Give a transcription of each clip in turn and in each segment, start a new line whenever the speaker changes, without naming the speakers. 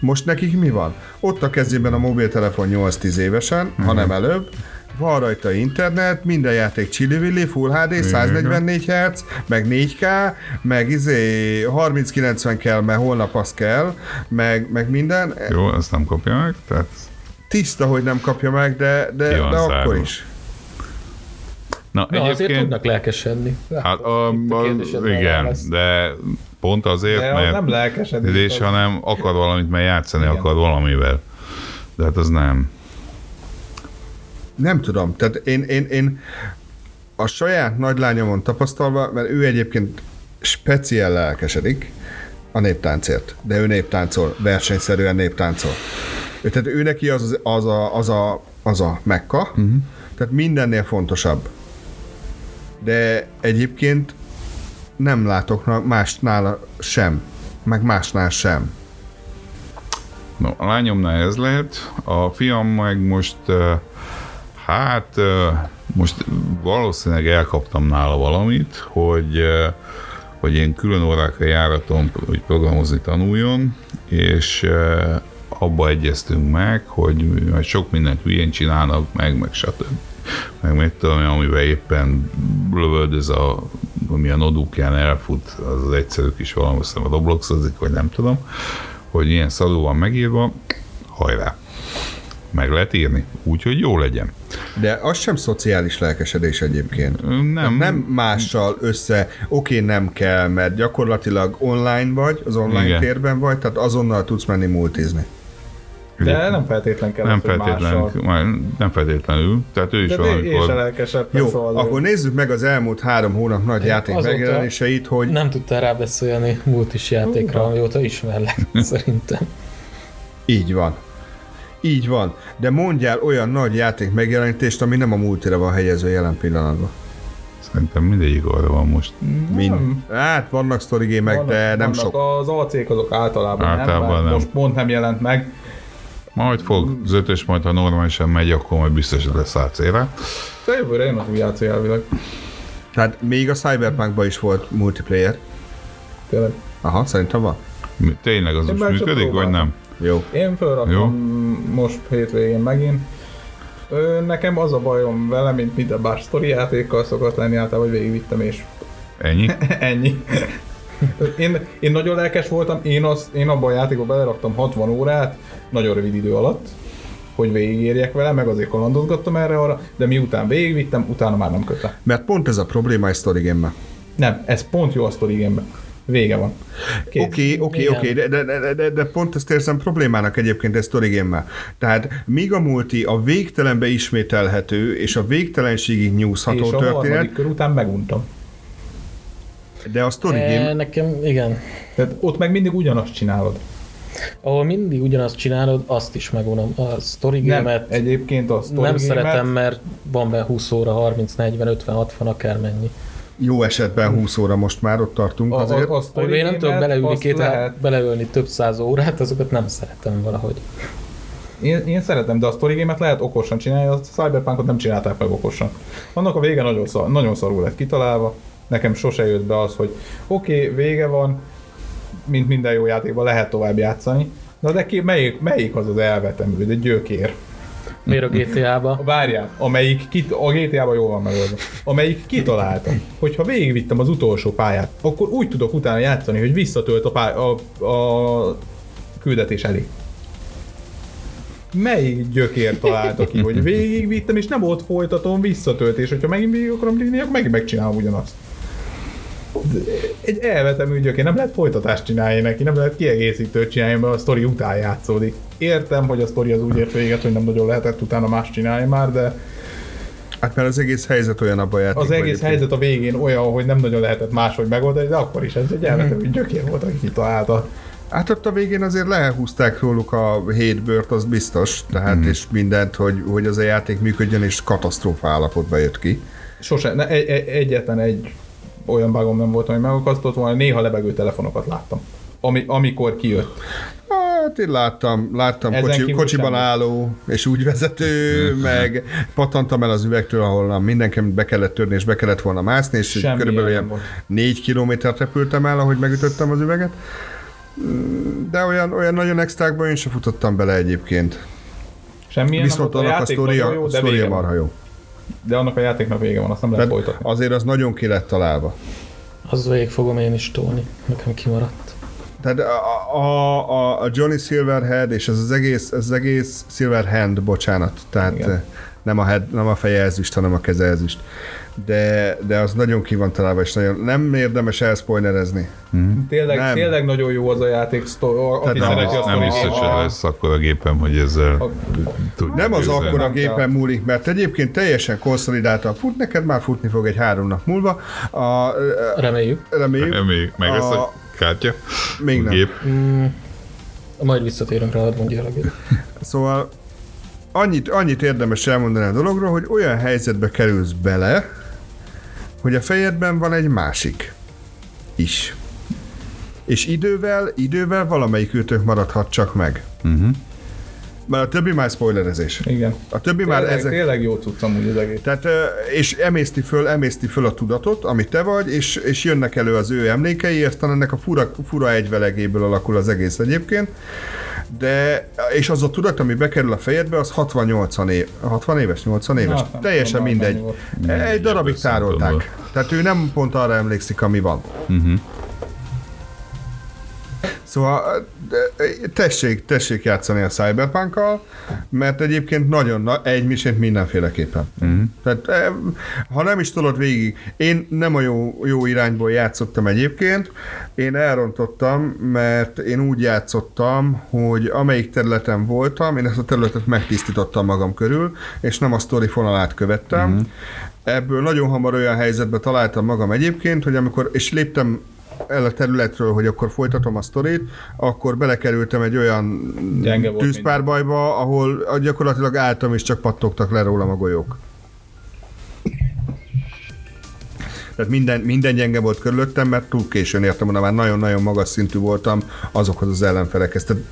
Most nekik mi van? Ott a kezében a mobiltelefon 8-10 évesen, mm.
Mhm.
hanem előbb, van rajta internet, minden játék csillivilli, Full HD, 144 Hz, meg 4K, meg izé 3090 kell, mert holnap az kell, meg, meg minden.
Jó, ezt nem kapja meg, tehát
Tiszta, hogy nem kapja meg, de, de,
Ki van
de akkor
zárva?
is.
Na,
Na, azért
egyébként,
tudnak lelkesedni.
hát, a, a,
kérdésedben
igen,
válasz.
de pont azért,
De
mert
az nem lelkesedés.
és
az-
hanem akar valamit, mert játszani
Igen.
akar valamivel. De hát az nem.
Nem tudom, tehát én, én, én a saját nagylányomon tapasztalva, mert ő egyébként speciál lelkesedik a néptáncért, de ő néptáncol, versenyszerűen néptáncol. Ő, tehát ő neki az, az, az, a, az, a, az a mekka, uh-huh. tehát mindennél fontosabb. De egyébként nem látok na- más nála sem, meg másnál sem.
No, a lányomnál ez lehet, a fiam meg most, ö, hát ö, most valószínűleg elkaptam nála valamit, hogy, ö, hogy én külön órákra járatom, hogy programozni tanuljon, és ö, abba egyeztünk meg, hogy majd sok mindent hülyén csinálnak, meg, meg stb. Meg mit tudom, én, amivel éppen lövöldöz a ami a nodúkján elfut, az az egyszerű kis valami, aztán a Robloxozik, vagy nem tudom hogy ilyen szadó van megírva, hajrá. Meg lehet írni, úgyhogy jó legyen.
De az sem szociális lelkesedés egyébként.
Ö, Nem,
Nem mással össze, oké, nem kell, mert gyakorlatilag online vagy, az online Igen.
Igen.
térben vagy, tehát azonnal tudsz menni multizni.
De nem feltétlen kell
nem,
az, hogy
feltétlenül,
mással.
nem feltétlenül, tehát ő is
De én se
valamikor...
lelkesedtem,
Jó,
szóval
akkor nézzük meg az elmúlt három hónap nagy játék
azóta-
megjelenéseit, hogy
Nem tudtál rábeszélni múlt is játékra, amióta ismerlek, szerintem.
így van. Így van. De mondjál olyan nagy játék megjelenítést, ami nem a multira van helyező jelen pillanatban.
Szerintem mindegyik arra van most.
Mind. Hát vannak sztorigémek,
vannak-
de nem
vannak
sok.
Az alcék azok általában,
Általában
nem, bár
nem.
most pont nem jelent meg.
Majd fog, az ötös majd, ha normálisan megy, akkor majd biztos lesz átszére.
De jövőre jön az új játszó elvileg.
Tehát még a Cyberpunkban is volt multiplayer.
Tényleg.
Aha, szerintem van.
Mi- Tényleg az
Én
most
már csak
működik, vagy
próbáltam.
nem?
Jó.
Én
Jó.
felrakom most hétvégén megint. Ö, nekem az a bajom vele, mint minden bár sztori játékkal szokott lenni általában, hogy végigvittem és
Ennyi?
ennyi. Én, én nagyon lelkes voltam, én, az, én abban a játékban beleraktam 60 órát, nagyon rövid idő alatt, hogy végigérjek vele, meg azért kalandozgattam erre arra, de miután végigvittem, utána már nem kötte.
Mert pont ez a probléma egy sztorigémmel.
Nem, ez pont jó a sztori gameben. Vége van. Kész.
Oké, oké,
Igen.
oké, de, de, de, de, de pont ezt érzem problémának egyébként ezt origémmel. Tehát míg a multi a végtelenbe ismételhető és a végtelenségig nyúzható
És a
történet,
harmadik kör után meguntam.
de a story
E,
Eh,
game,
nekem, igen.
Tehát ott meg mindig ugyanazt csinálod.
Ahol mindig ugyanazt csinálod, azt is megunom. A story
Nem,
game-et nem,
egyébként a story game-et-
szeretem, mert van benne 20 óra, 30, 40, 50, 60, akármennyi.
jó esetben 20 óra most már ott tartunk
A,
azért.
a, a
Amiben
story
én nem tudok
game-et
beleülni,
azt
két,
lehet.
beleülni több száz órát, azokat nem szeretem valahogy.
Én, én, szeretem, de a story game-et lehet okosan csinálni, a Cyberpunkot nem csinálták meg okosan. Annak a vége nagyon, szar, nagyon szarul lett kitalálva, nekem sose jött be az, hogy oké, okay, vége van, mint minden jó játékban lehet tovább játszani, Na de ki, melyik, melyik az az elvetemű, de gyökér?
Miért a GTA-ba?
Várjál, amelyik kit, a GTA-ban jól van megoldva, amelyik kitalálta, hogy ha végigvittem az utolsó pályát, akkor úgy tudok utána játszani, hogy visszatölt a, pály- a, a küldetés elé. Melyik gyökér találta ki, hogy végigvittem, és nem ott folytatom visszatöltés, hogyha megint végig akarom vinni, akkor megint megcsinálom ugyanazt. De Egy elvetemű gyökér, nem lehet folytatást csinálni neki, nem lehet kiegészítőt csinálni, mert a sztori után játszódik. Értem, hogy a sztori az úgy ért véget, hogy nem nagyon lehetett utána más csinálni már, de
Hát mert az egész helyzet olyan abban játék.
az egész helyzet a végén olyan, hogy nem nagyon lehetett máshogy megoldani, de akkor is
Mhm.
ez egy elvetemű gyökér volt, aki kitalálta.
Hát ott a végén azért lehúzták róluk a hét bört, az biztos, tehát mm. és mindent, hogy, hogy az a játék működjön, és katasztrófa állapotba jött ki.
Sose, ne, egy, egy, egyetlen egy olyan bugom nem volt, ami megakasztott volna, néha lebegő telefonokat láttam. Ami, amikor kijött.
Hát én láttam, láttam
Ezen
kocsi,
kívül
kocsiban
semmi.
álló, és úgy vezető, meg pattantam el az üvegtől, ahol mindenki be kellett törni, és be kellett volna mászni, és
Semmi
körülbelül
ilyen
ilyen
nem volt.
négy kilométert repültem el, ahogy megütöttem az üveget. De olyan, olyan nagyon extrákban én sem futottam bele egyébként.
Semmilyen
Viszont
nem volt,
annak a
játék nagyon
sztoria,
jó,
a
de
sztoria
vége van.
marha jó.
De annak a játéknak vége van, azt nem lehet
Tehát
folytatni.
azért az nagyon ki lett találva.
Az végig fogom én is tolni. Nekem kimaradt.
Tehát a, a, a- a Johnny Silverhead és ez az egész, ez az egész Silverhand, bocsánat, tehát
Igen.
Igen. nem a, head, nem a feje ezüst, hanem a keze ezüst. De, de az nagyon ki van találva, és nagyon nem érdemes elspoilerezni.
Tényleg,
Nem.
tényleg nagyon jó az a játék, sztor- aki
nem,
Nem,
szereti a
hisz- nem
sztorit.
biztos, hogy
A-
lesz akkor a gépem, hogy ezzel
a-
tudjuk
Nem az
győzelni.
akkora
Nem kell.
gépen múlik, mert egyébként teljesen konszolidáltan fut, neked már futni fog egy három nap múlva. A, a,
Reméljük.
reméljük,
Még, meg lesz a
A-
kártya,
még
a
nem.
gép.
Mm, majd visszatérünk rá, hadd mondja el a gép.
Szóval annyit, annyit érdemes elmondani a dologról, hogy olyan helyzetbe kerülsz bele, hogy a fejedben van egy másik is. És idővel, idővel valamelyik őtök maradhat csak meg.
Uh-huh.
Mert a többi már spoilerezés.
Igen.
A többi már
Tényleg,
ezek...
tényleg jó cucc amúgy az egész.
Tehát, ö, és emészti föl, emészti föl a tudatot, ami te vagy, és, és jönnek elő az ő emlékei, aztán ennek a fura, fura egyvelegéből alakul az egész egyébként. De, és az a tudat, ami bekerül a fejedbe, az 60-80 év, 60 éves, 80 éves,
Hát, nem
teljesen
tudom, már
mindegy.
mennyi volt.
Egy
Mindegy,
darabig
ebből szempontból.
tárolták. Tehát ő nem pont arra emlékszik, ami van.
Uh-huh.
Szóval de, tessék, tessék játszani a cyberpunk mert egyébként nagyon na, egy misét mindenféleképpen.
Mhm.
Tehát eh, ha nem is tudod végig, én nem a jó, jó irányból játszottam egyébként, én elrontottam, mert én úgy játszottam, hogy amelyik területen voltam, én ezt a területet megtisztítottam magam körül, és nem a sztori fonalát követtem. Mm-hmm. Ebből nagyon hamar olyan helyzetbe találtam magam egyébként, hogy amikor, és léptem el a területről, hogy akkor folytatom a sztorit, akkor belekerültem egy olyan
Gyenge volt
tűzpárbajba, ahol gyakorlatilag álltam, és csak pattogtak le rólam a golyók. Tehát minden, minden gyenge volt körülöttem, mert túl későn értem oda, már nagyon-nagyon magas szintű voltam azokhoz az ellenfelekhez. Tehát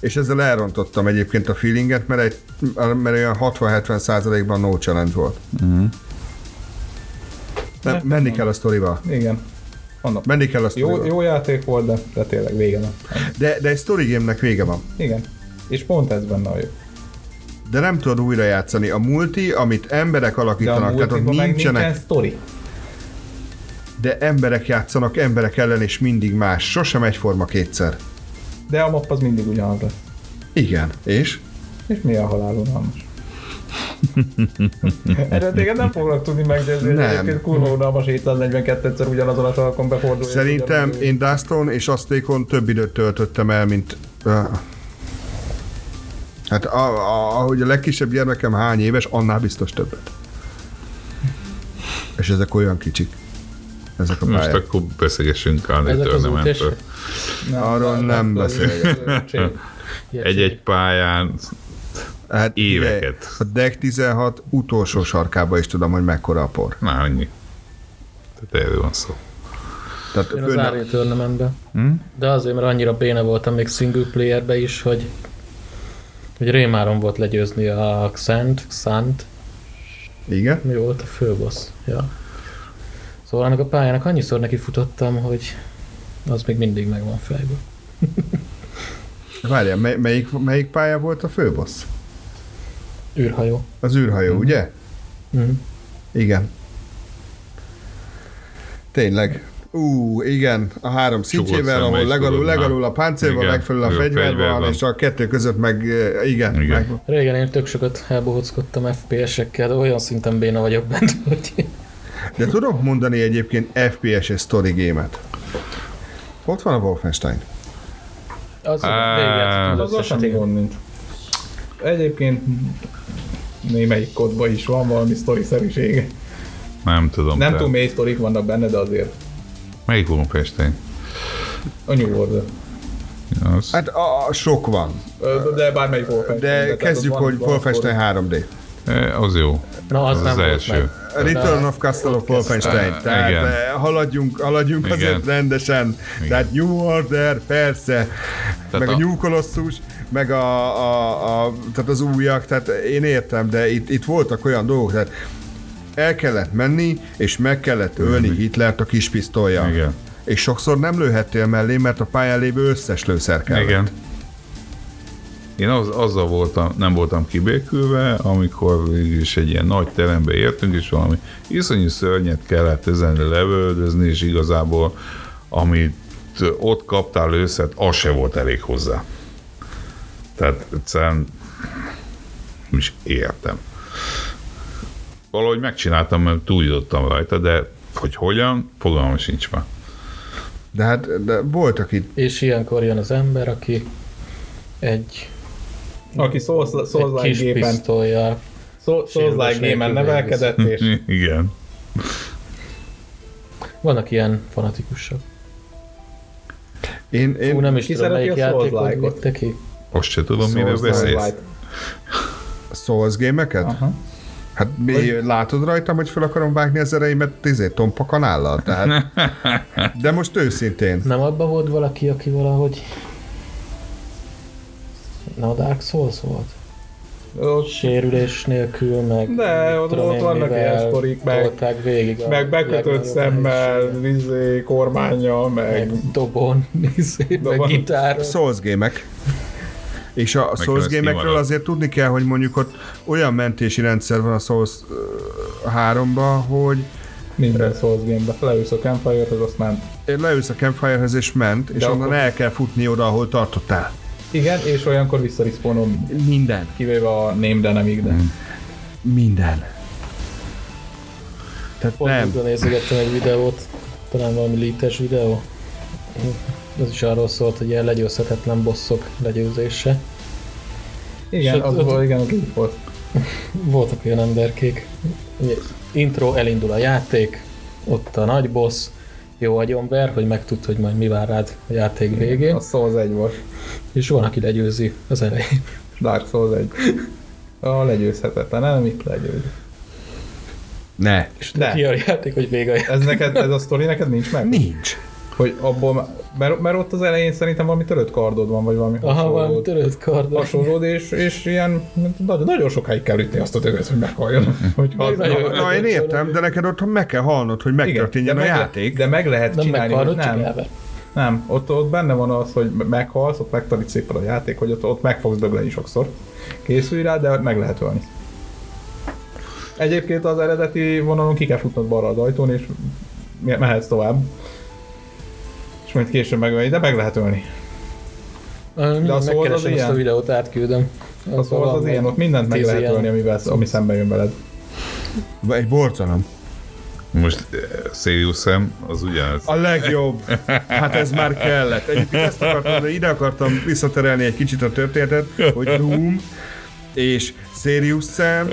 és ezzel elrontottam egyébként a feelinget, mert, egy, mert olyan 60-70 százalékban no challenge volt. Mm-hmm. Menni kell a sztorival.
Igen. Annak.
Menni kell a sztorival.
Jó, jó játék volt, de, de tényleg vége van.
De, de egy story game-nek vége van.
Igen. És pont ez benne a jó.
De nem tudod újra játszani. A multi, amit emberek
De a
alakítanak, tehát ott
múltikban meg
nincsenek,
nincsen sztori.
de emberek játszanak emberek ellen, és mindig más. Sosem egyforma kétszer.
De a map az mindig ugyanaz lesz.
Igen. És?
És mi a halál unalmas? Erre téged nem foglak tudni meggyőzni, hogy
Nem.
egyébként kurva unalmas 742-szer ugyanazon a sarkon befordul. és
Szerintem
ugyanúgy-
én Duston és Aztékon több időt töltöttem el, mint... Uh, hát a, a, ahogy a legkisebb gyermekem hány éves, annál biztos többet. És ezek olyan kicsik. Ezek a
Most
pályák.
akkor beszélgessünk a
Ezek az
Tournamentről.
útesek?
arról nem
az- az-
Egy-egy pályán
Hát,
éveket.
ugye, A deck 16 utolsó sarkába is tudom, hogy mekkora a por.
Na, annyi. Tehát erről van szó.
Tehát
Én az
fönn,
Árnyé Tournamentben.
Hm?
De azért, mert annyira béna voltam még single playerbe is, hogy, hogy rémárom volt legyőzni a Xant, Xant,
Igen?
mi volt a főbossz. Ja. Szóval annak a pályának annyiszor neki futottam, hogy az még mindig megvan fejben.
Várjál, mely, melyik, melyik pálya volt a főbossz?
űrhajó.
Az űrhajó, mm-hmm. ugye?
Mm.
Igen. Tényleg. Ú, igen, a három szintjével,
szemmel
ahol
is
legalul,
tudod, na.
legalul a páncélban,
Igen,
megfelül a
meg a
fegyver van,
fegyver
és a kettő között meg, eh, igen,
Igen.
meg
Régen én tök sokat elbohockodtam FPS-ekkel, de olyan szinten béna vagyok bent, hogy
De tudok mondani egyébként FPS és story gémet. Ott van a Wolfenstein.
az
Á,
véget
Az
az
az semmi
összeset.
gond nincs. Egyébként némelyik kodban is van valami sztori-szerűsége.
Nem tudom.
Nem
tehát.
tudom, mély sztorik vannak benne, de azért
Melyik Wolfenstein?
a New Order.
Az...
Hát a, a sok van,
Ö, De bármelyik Wolfenstein.
de
tehát
kezdjük,
ott van-
hogy
van
Wolfenstein 3D.
Eh, az jó.
Na, az,
Az
nem
az
volt
első.
meg.
Return of Castle of Wolfenstein.
Ah,
Tehát
igen.
eh, haladjunk, haladjunk
Igen.
azért rendesen.
Igen.
Tehát New Order, persze,
Tehát
meg a,
a-
New Colossus, meg a, a, a, tehát az újak, tehát én értem, de itt, itt voltak olyan dolgok, tehát el kellett menni, és meg kellett ölni Hitlert a kis pisztolyjal.
Mhm. Igen.
és sokszor nem lőhettél mellé, mert a pályán lévő összes lőszer kellett.
Igen. Én az, azzal voltam, nem voltam kibékülve, amikor is egy ilyen nagy terembe értünk, és valami iszonyú szörnyet kellett ezen levöldözni, és igazából amit ott kaptál összet, az se volt elég hozzá. Tehát egyszerűen nem is értem. Valahogy megcsináltam, mert túljutottam rajta, de hogy hogyan, fogalmam sincs már.
De hát de voltak itt
És ilyenkor jön az ember, aki egy,
Aki
egy kis
Souls-like gépen,
pisztolyjal.
Souls-like
sérülés
gépen
nélkül
nevelkedett,
Mhm.
és
Igen.
Vannak ilyen fanatikusok.
Én, én,
Hú, nem is
Ki
tudom,
szereti
melyik
a
játékot
Souls-like-ot?
vitte ki.
Azt se tudom, miről
Souls-like.
beszélsz.
Souls-like.
Souls gémeket?
Aha.
Hát mi, hogy... látod rajtam, hogy fel akarom vágni az ereimet tizé tompa kanállal, tehát. De most őszintén.
Nem abban volt valaki, aki valahogy... Na, a Dark Souls volt?
Ott
Sérülés nélkül, meg...
De,
mit
ott-
tudom
ott
én,
vannak
mivel
ilyen sztorik, meg-
tolták végig a
Meg bekötött
legnagyobb
szemmel,
nehézséget.
izé, kormánya, meg...
Meg dobon, izé, meg
Dobon.
gitár.
Souls gémek. És a
kell
Souls
ezt
gémekről
kimarad.
azért tudni kell, hogy mondjuk ott olyan mentési rendszer van a Souls 3-ba, hogy
Minden Souls game-be. Leülsz a campfire az azt ment.
leülsz a campfirehez és ment, és
De
onnan
akkor-
el kell futni oda, ahol tartottál.
Igen, és olyankor visszariszponom,
Minden.
kivéve a name de nem de.
Minden. Tehát
Pont
nem.
nem. nézegettem egy videót, talán valami lítes videó. Ez is arról szólt, hogy ilyen legyőzhetetlen bosszok legyőzése.
Igen,
Sőt,
az
ott-
volt, igen, az így volt.
Voltak olyan emberkék. Ugye, Intro, elindul a játék, ott a nagy boss, jó agyonver, hogy megtudd, hogy majd mi vár rád a játék végén,
A Souls 1 volt.
és van, aki legyőzi az elején.
Dark Souls 1. A legyőzhetetlen, nem itt legyőz.
Ne.
Ki
De,
a játék, hogy vége a játék.
ez, neked, ez a sztori neked nincs meg?
Nincs.
Hogy abból, már- mert, mert ott az elején szerintem valami törött kardod van, vagy valami
Aha,
hasonló.
valami törött kardon.
hasonlód, és, és ilyen hát nagyon, nagyon sokáig kell ütni azt a tököt, hogy meghalljon. Hogyha,
Nagyon-
Na, na, én értem, de neked otthon meg kell halnod, hogy megtörténjen a
meg, le-
játék.
De meg lehet
Nem
csinálni, hogy
megkarod, csak
nem.
elver.
Nem, ott, ott benne van az, hogy meghalsz, ott megtanít szépen a játék, hogy ott, ott meg fogsz dögleni sokszor. Készülj rá, de meg lehet ölni. Egyébként az eredeti vonalon ki kell futnod balra az ajtón, és me- mehetsz tovább. És majd később megölni, de meg lehet ölni.
De
a Souls az
megkeresem ezt a
ilyen?
videót, átküldöm.
Az, szóval az
van
ilyen,
még
ott mindent meg
tíz
lehet
ilyen.
ölni, amivel, ami szembe jön veled.
Vagy Egy borzalom.
Most Sirius szem, az ugyanaz.
A legjobb. Hát ez már kellett. Egyébként ezt akartam, de ide akartam visszaterelni egy kicsit a történetet, hogy Doom és Sirius Sam,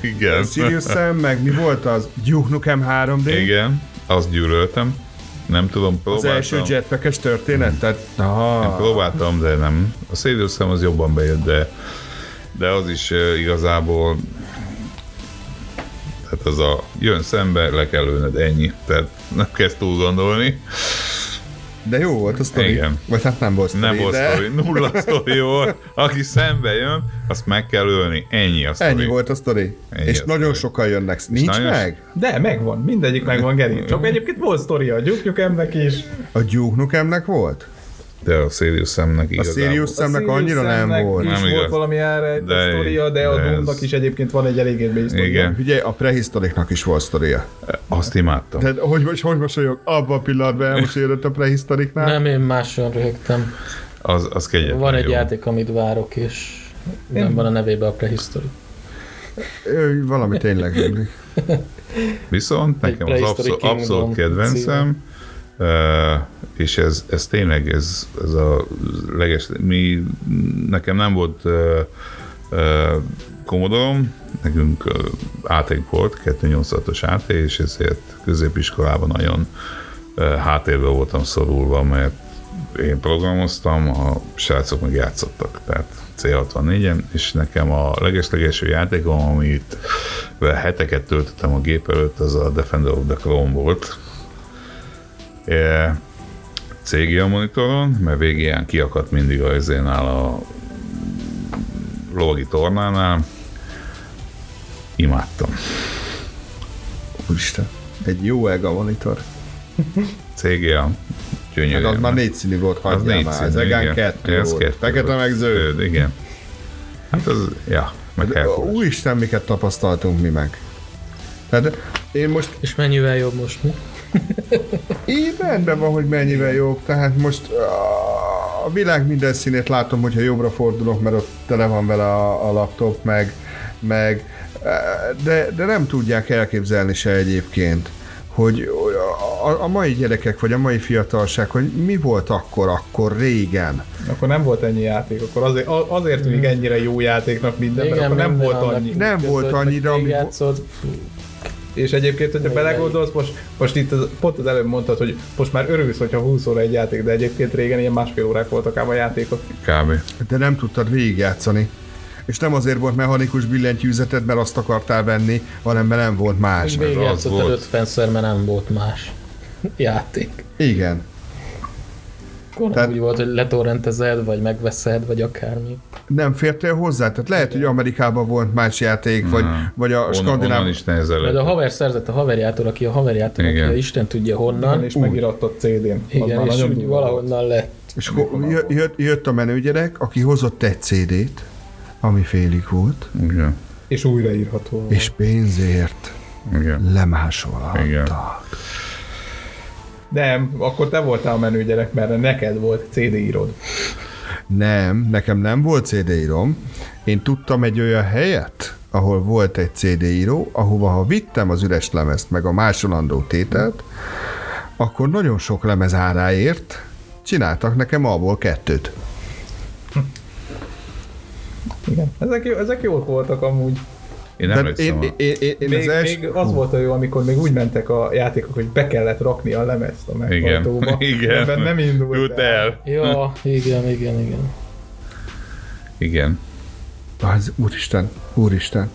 Igen.
Sirius Sam, meg mi volt az? Duke Nukem 3D?
Igen, azt gyűlöltem. Nem tudom,
Az
próbáltam.
első jetpackes történet? Tehát, Ah, aha.
Próbáltam, de nem. A Sirius szem az jobban bejött, de, de az is ö, igazából tehát az a jön szembe, le kell lőnöd, ennyi. Tehát nem kezd túl gondolni.
De jó volt a sztori.
Igen.
Vagy hát nem volt sztori,
Nem volt
de
sztori, nulla sztori volt. Aki szembe jön, azt meg kell ölni. Ennyi a sztori.
Ennyi volt a sztori.
Ennyi
és
a
nagyon
sztori.
sokan jönnek. Nincs
nagyon-
meg?
De megvan, mindegyik megvan, Geri. Csak egyébként volt sztoria a Duke Nukemnek is.
A Duke Nukemnek volt?
De a Sirius szemnek
A
igazából.
Sirius
A
Samnek
Sirius
annyira nem
Samnek
volt.
Is
Nem
volt
igaz.
valami erre egy
De-
sztoria, de, a
de
Doom-nak
ez-
is egyébként van egy eléggé egy sztoria.
Igen.
Ugye a prehisztoriknak is volt sztoria.
Azt imádtam.
Tehát hogy, hogy, hogy mosolyog? Abban a pillanatban elmosolyodott a prehisztoriknál.
Nem, én máson röhögtem.
Az, az kegyetlen
Van egy
jó.
játék, amit várok, és nem van a nevébe a prehistory.
Ő valami tényleg ömlik.
Viszont
Egy
nekem az
Prehistory
abszol-
Kingdom
abszolút kedvencem, eh, és ez, ez tényleg ez, ez a leges, mi, nekem nem volt eh, eh, komodorom, nekünk eh, áték volt, 286-os át, és ezért középiskolában nagyon eh, háttérbe voltam szorulva, mert én programoztam, a srácok meg játszottak, tehát C64-en, és nekem a legeslegelső játékom, amit heteket töltöttem a gép előtt, az a Defender of the Clone volt. E, CGA monitoron, mert végén kiakadt mindig a izénál a logi tornánál. Imádtam.
Úristen. Egy jó ega monitor.
CGA. Gyönyörű.
Hát az már négy színű volt,
az
hagyjál
négy
már.
színű,
Ez egán
igen.
kettő
Ez
volt. Fekete
volt.
meg zöld.
Igen. Hát az, ja, meg Herkules.
Úristen, miket tapasztaltunk mi meg. Tehát én most
És mennyivel jobb most, mi?
Így rendben van, hogy mennyivel jobb, tehát most ah, a világ minden színét látom, hogyha jobbra fordulok, mert ott tele van vele a, a laptop, meg, meg eh, de, de nem tudják elképzelni se egyébként, hogy a, a- a mai gyerekek, vagy a mai fiatalság, hogy mi volt akkor, akkor régen.
Akkor nem volt ennyi játék, akkor azért, a- azért tűnik ennyire jó játéknak Mm. minden, mert akkor nem
minden
volt
annak
annyi.
úgy
Nem
kötött,
volt
meg
annyira, ami-
végigjátszott.
És egyébként, hogyha
Igen.
belegondolsz, most, most itt az, pont az előbb mondtad, hogy most már örülsz, hogyha 20 óra egy játék, de egyébként régen ilyen másfél órák voltak ám a játékok.
Kb.
De nem tudtad végigjátszani. És nem azért volt mechanikus billentyűzeted, mert azt akartál venni, hanem mert nem volt más.
Úgy
az
végigjátszottad
volt.
50-szer, mert nem volt más játék.
Igen.
Akkor
Tehát-
Tehát... úgy volt, hogy letorrentezed, vagy megveszed, vagy akármi.
nem fértél hozzá? Tehát lehet, hogy Amerikában volt más játék, vagy, vagy a
Onnan, onnan
skandináv...
is nehezel.
Mert a haver szerzett a haverjától, aki a haverjától, aki
Igen.
a Isten tudja
Na,
honnan.
és megirattad CD-n. Az már
Igen, és
nagyon
úgy
durva volt.
valahonnan lett.
És ho- jö- jött, jött a menőgyerek, aki hozott egy CD-t, ami félig volt,
Igen.
És újraírható. volt.
és pénzért
Igen. Igen.
lemásolhatta.
Nem, akkor te voltál a menő gyerek, mert neked volt CD írod.
Nem, nekem nem volt CD írom. Én tudtam egy olyan helyet, ahol volt egy CD író, ahova ha vittem az üres lemezt, meg a másolandó tételt, akkor nagyon sok lemez áráért csináltak nekem abból kettőt.
Igen. Ezek, jó, ezek jók voltak amúgy.
Én
De
emlékszem.
én, én, én, én, én
Még,
az
az,
első...
még az volt a jó, amikor még úgy mentek a játékok, hogy be kellett rakni a lemezt a meghajtóba.
Igen. Igen.
Ebben nem indult
Jut el.
Ja,
Hm.
igen, igen, igen.
Igen.
Az, úristen, úristen.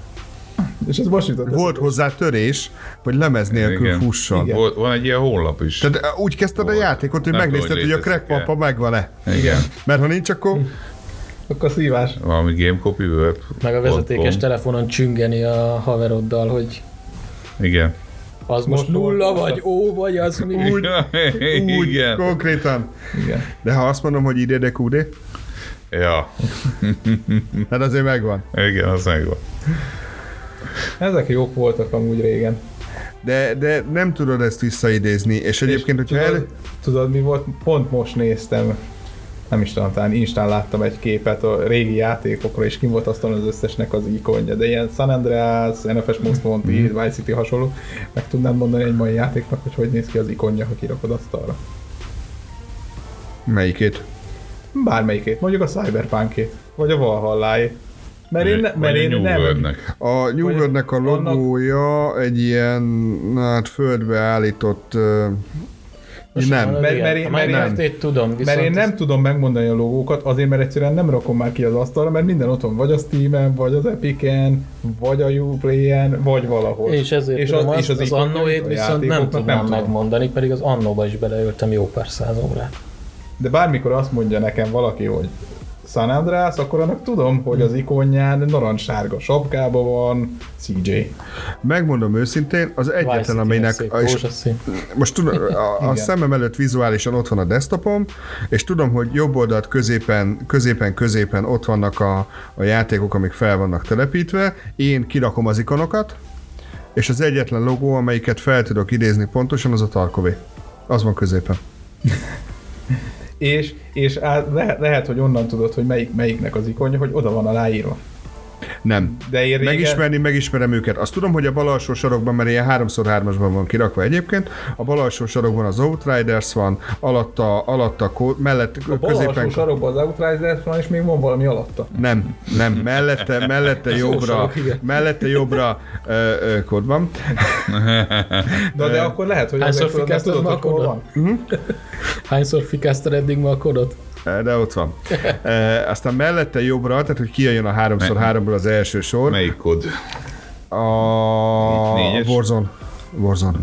És ez most jutott.
Volt hozzá törés, hogy lemez nélkül
Igen.
Igen. fusson. Igen.
Volt, van egy ilyen honlap is.
Tehát eh, úgy kezdted a
Volt.
játékot, hogy
Nem
megnézted,
tudom,
hogy
hogy
a crack
létezik-e.
papa megvan-e.
Igen.
Mert ha nincs, akkor
Akkor szívás.
Valami GameCopy web.
Meg a vezetékes
dot com.
telefonon csüngeni a haveroddal, hogy
Igen.
az most,
Most
nulla,
volt,
vagy ó, vagy az mi.
Úgy.
úgy,
Igen.
konkrétan.
Igen.
De ha azt mondom, hogy ide, de kúdé,
Ja.
hát azért megvan.
Igen, az megvan.
Ezek jók voltak amúgy régen.
De, de nem tudod ezt visszaidézni, és egyébként, hogyha el...
Tudod, tudod, mi volt? Pont most néztem, nem is tudom, talán Instán láttam egy képet a régi játékokról, és kim volt aztán az összesnek az ikonja, de ilyen San Andreas, NFS
Mhm.
Most Wanted, Vice City hasonló, meg tudnám mondani egy mai játéknak, hogy hogy néz ki az ikonja, ha kirakod asztalra.
Melyikét?
Bármelyikét, mondjuk a Cyberpunkét, vagy a Valhalláé. Mert én, ne, mert
Vagy a
én
New
nem,
World-nek.
A New
Vagy
World-nek a
annak-
logója egy ilyen, hát földbe állított... ö, nem.
Mert- mert én-
a
mert én-
Minecraft-ét tudom, viszont
Viszont mert én nem tudom megmondani a logókat, azért mert egyszerűen nem rakom már ki az asztalra, mert minden otthon vagy a Steam-en, vagy az Epic-en, vagy a Uplay-en, vagy valahol.
és ezért és tudom az, azt, az, az
ikonjait
annóét
a
viszont nem
játékoknak
tudnám megmondani, pedig az annóba is beleöltem jó pár száz órát.
De bármikor azt mondja nekem valaki, hogy San Andreas, akkor annak tudom, hogy az ikonján narancssárga sapkában van CJ.
Megmondom őszintén, az egyetlen, aminek... És
És...
Most tudom, a, a
Igen.
szemem előtt vizuálisan ott van a desktopom, és tudom, hogy jobb oldalt középen, középen, középen ott vannak a, a játékok, amik fel vannak telepítve. Én kirakom az ikonokat, és az egyetlen logó, amelyiket fel tudok idézni pontosan, az a Tarkové. Az van középen.
És, és á, lehet, lehet, hogy onnan tudod, hogy melyik, melyiknek az ikonja, hogy oda van aláírva.
Nem.
De én régen...
Megismerni, megismerem őket. Azt tudom, hogy a bal alsó sarokban, mert ilyen 3x3-asban van kirakva egyébként, a bal alsó sarokban az Outriders van, alatta, alatta, ko- mellett,
a bal alsó
középen...
sarokban az Outriders van, és még van valami alatta.
Nem, nem, mellette, mellette jobbra,
sarok, igen.
mellette jobbra ö, ö, kód van.
De, de akkor lehet, hogy
Hányszor
azért tudod, nem
fikáztad
tudod,
ma
hogy hol
akkor?
van.
Hányszor fikáztad eddig ma a kodot?
De ott van. E, aztán mellette jobbra, tehát hogy kijön a 3x3-ból az első sor.
Melyik kod?
A
Négyes?
Warzone. Warzone.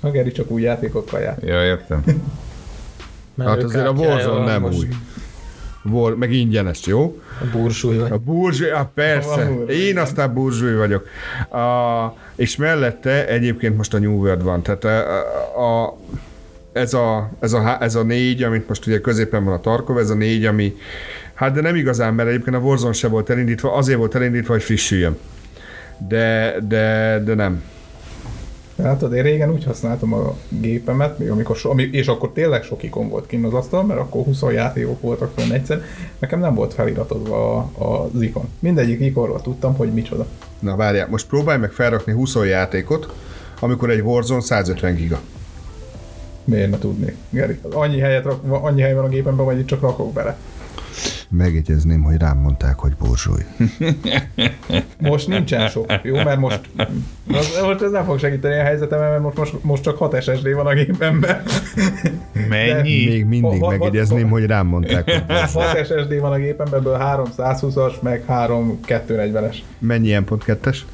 A Geri csak új játékokkal játszik.
Ja, értem.
Mert
Hát
ő
azért a
kártyája
Warzone
van
nem
most.
új. War, meg ingyenes, jó?
A bursúly vagy.
A burzsúj, ah, persze,
Van burzsúj.
én aztán burzsúj vagyok. e, A, és mellette egyébként most a New World van, tehát a, a, a ez a, ez, a, há- ez a négy, amit most ugye középen van a Tarkov, ez a négy, ami hát de nem igazán, mert egyébként a Warzone se volt elindítva, azért volt elindítva, hogy frissüljön. De, de, de nem.
Látod, én hát régen úgy használtam a gépemet, még amikor so, ami, és akkor tényleg sok ikon volt kint az asztalon, mert akkor 20 játékok voltak fönn egyszer. Nekem nem volt feliratozva a, a, az ikon. Mindegyik ikonról tudtam, hogy micsoda.
Na várjál, most próbálj meg felrakni 20 játékot, amikor egy Warzone 150 giga.
Miért ne tudnék, Geri? Az Annyi, helyet rak, va- annyi hely van a gépemben, vagy itt csak rakok bele.
Megjegyezném, hogy rám mondták, hogy borzsúly.
Most nincsen sok, jó? Mert most, az, most ez nem fog segíteni a helyzetemben, mert most, most, most csak 6 SSD van a gépemben.
Mennyi?
Még
Ha-
mindig
ha- ha-
megjegyezném, hogy rám mondták, hogy borzsúly.
6 SSD van a gépemben, ebből 3 120-as, meg 3 240-es.
Mennyi pont kettes?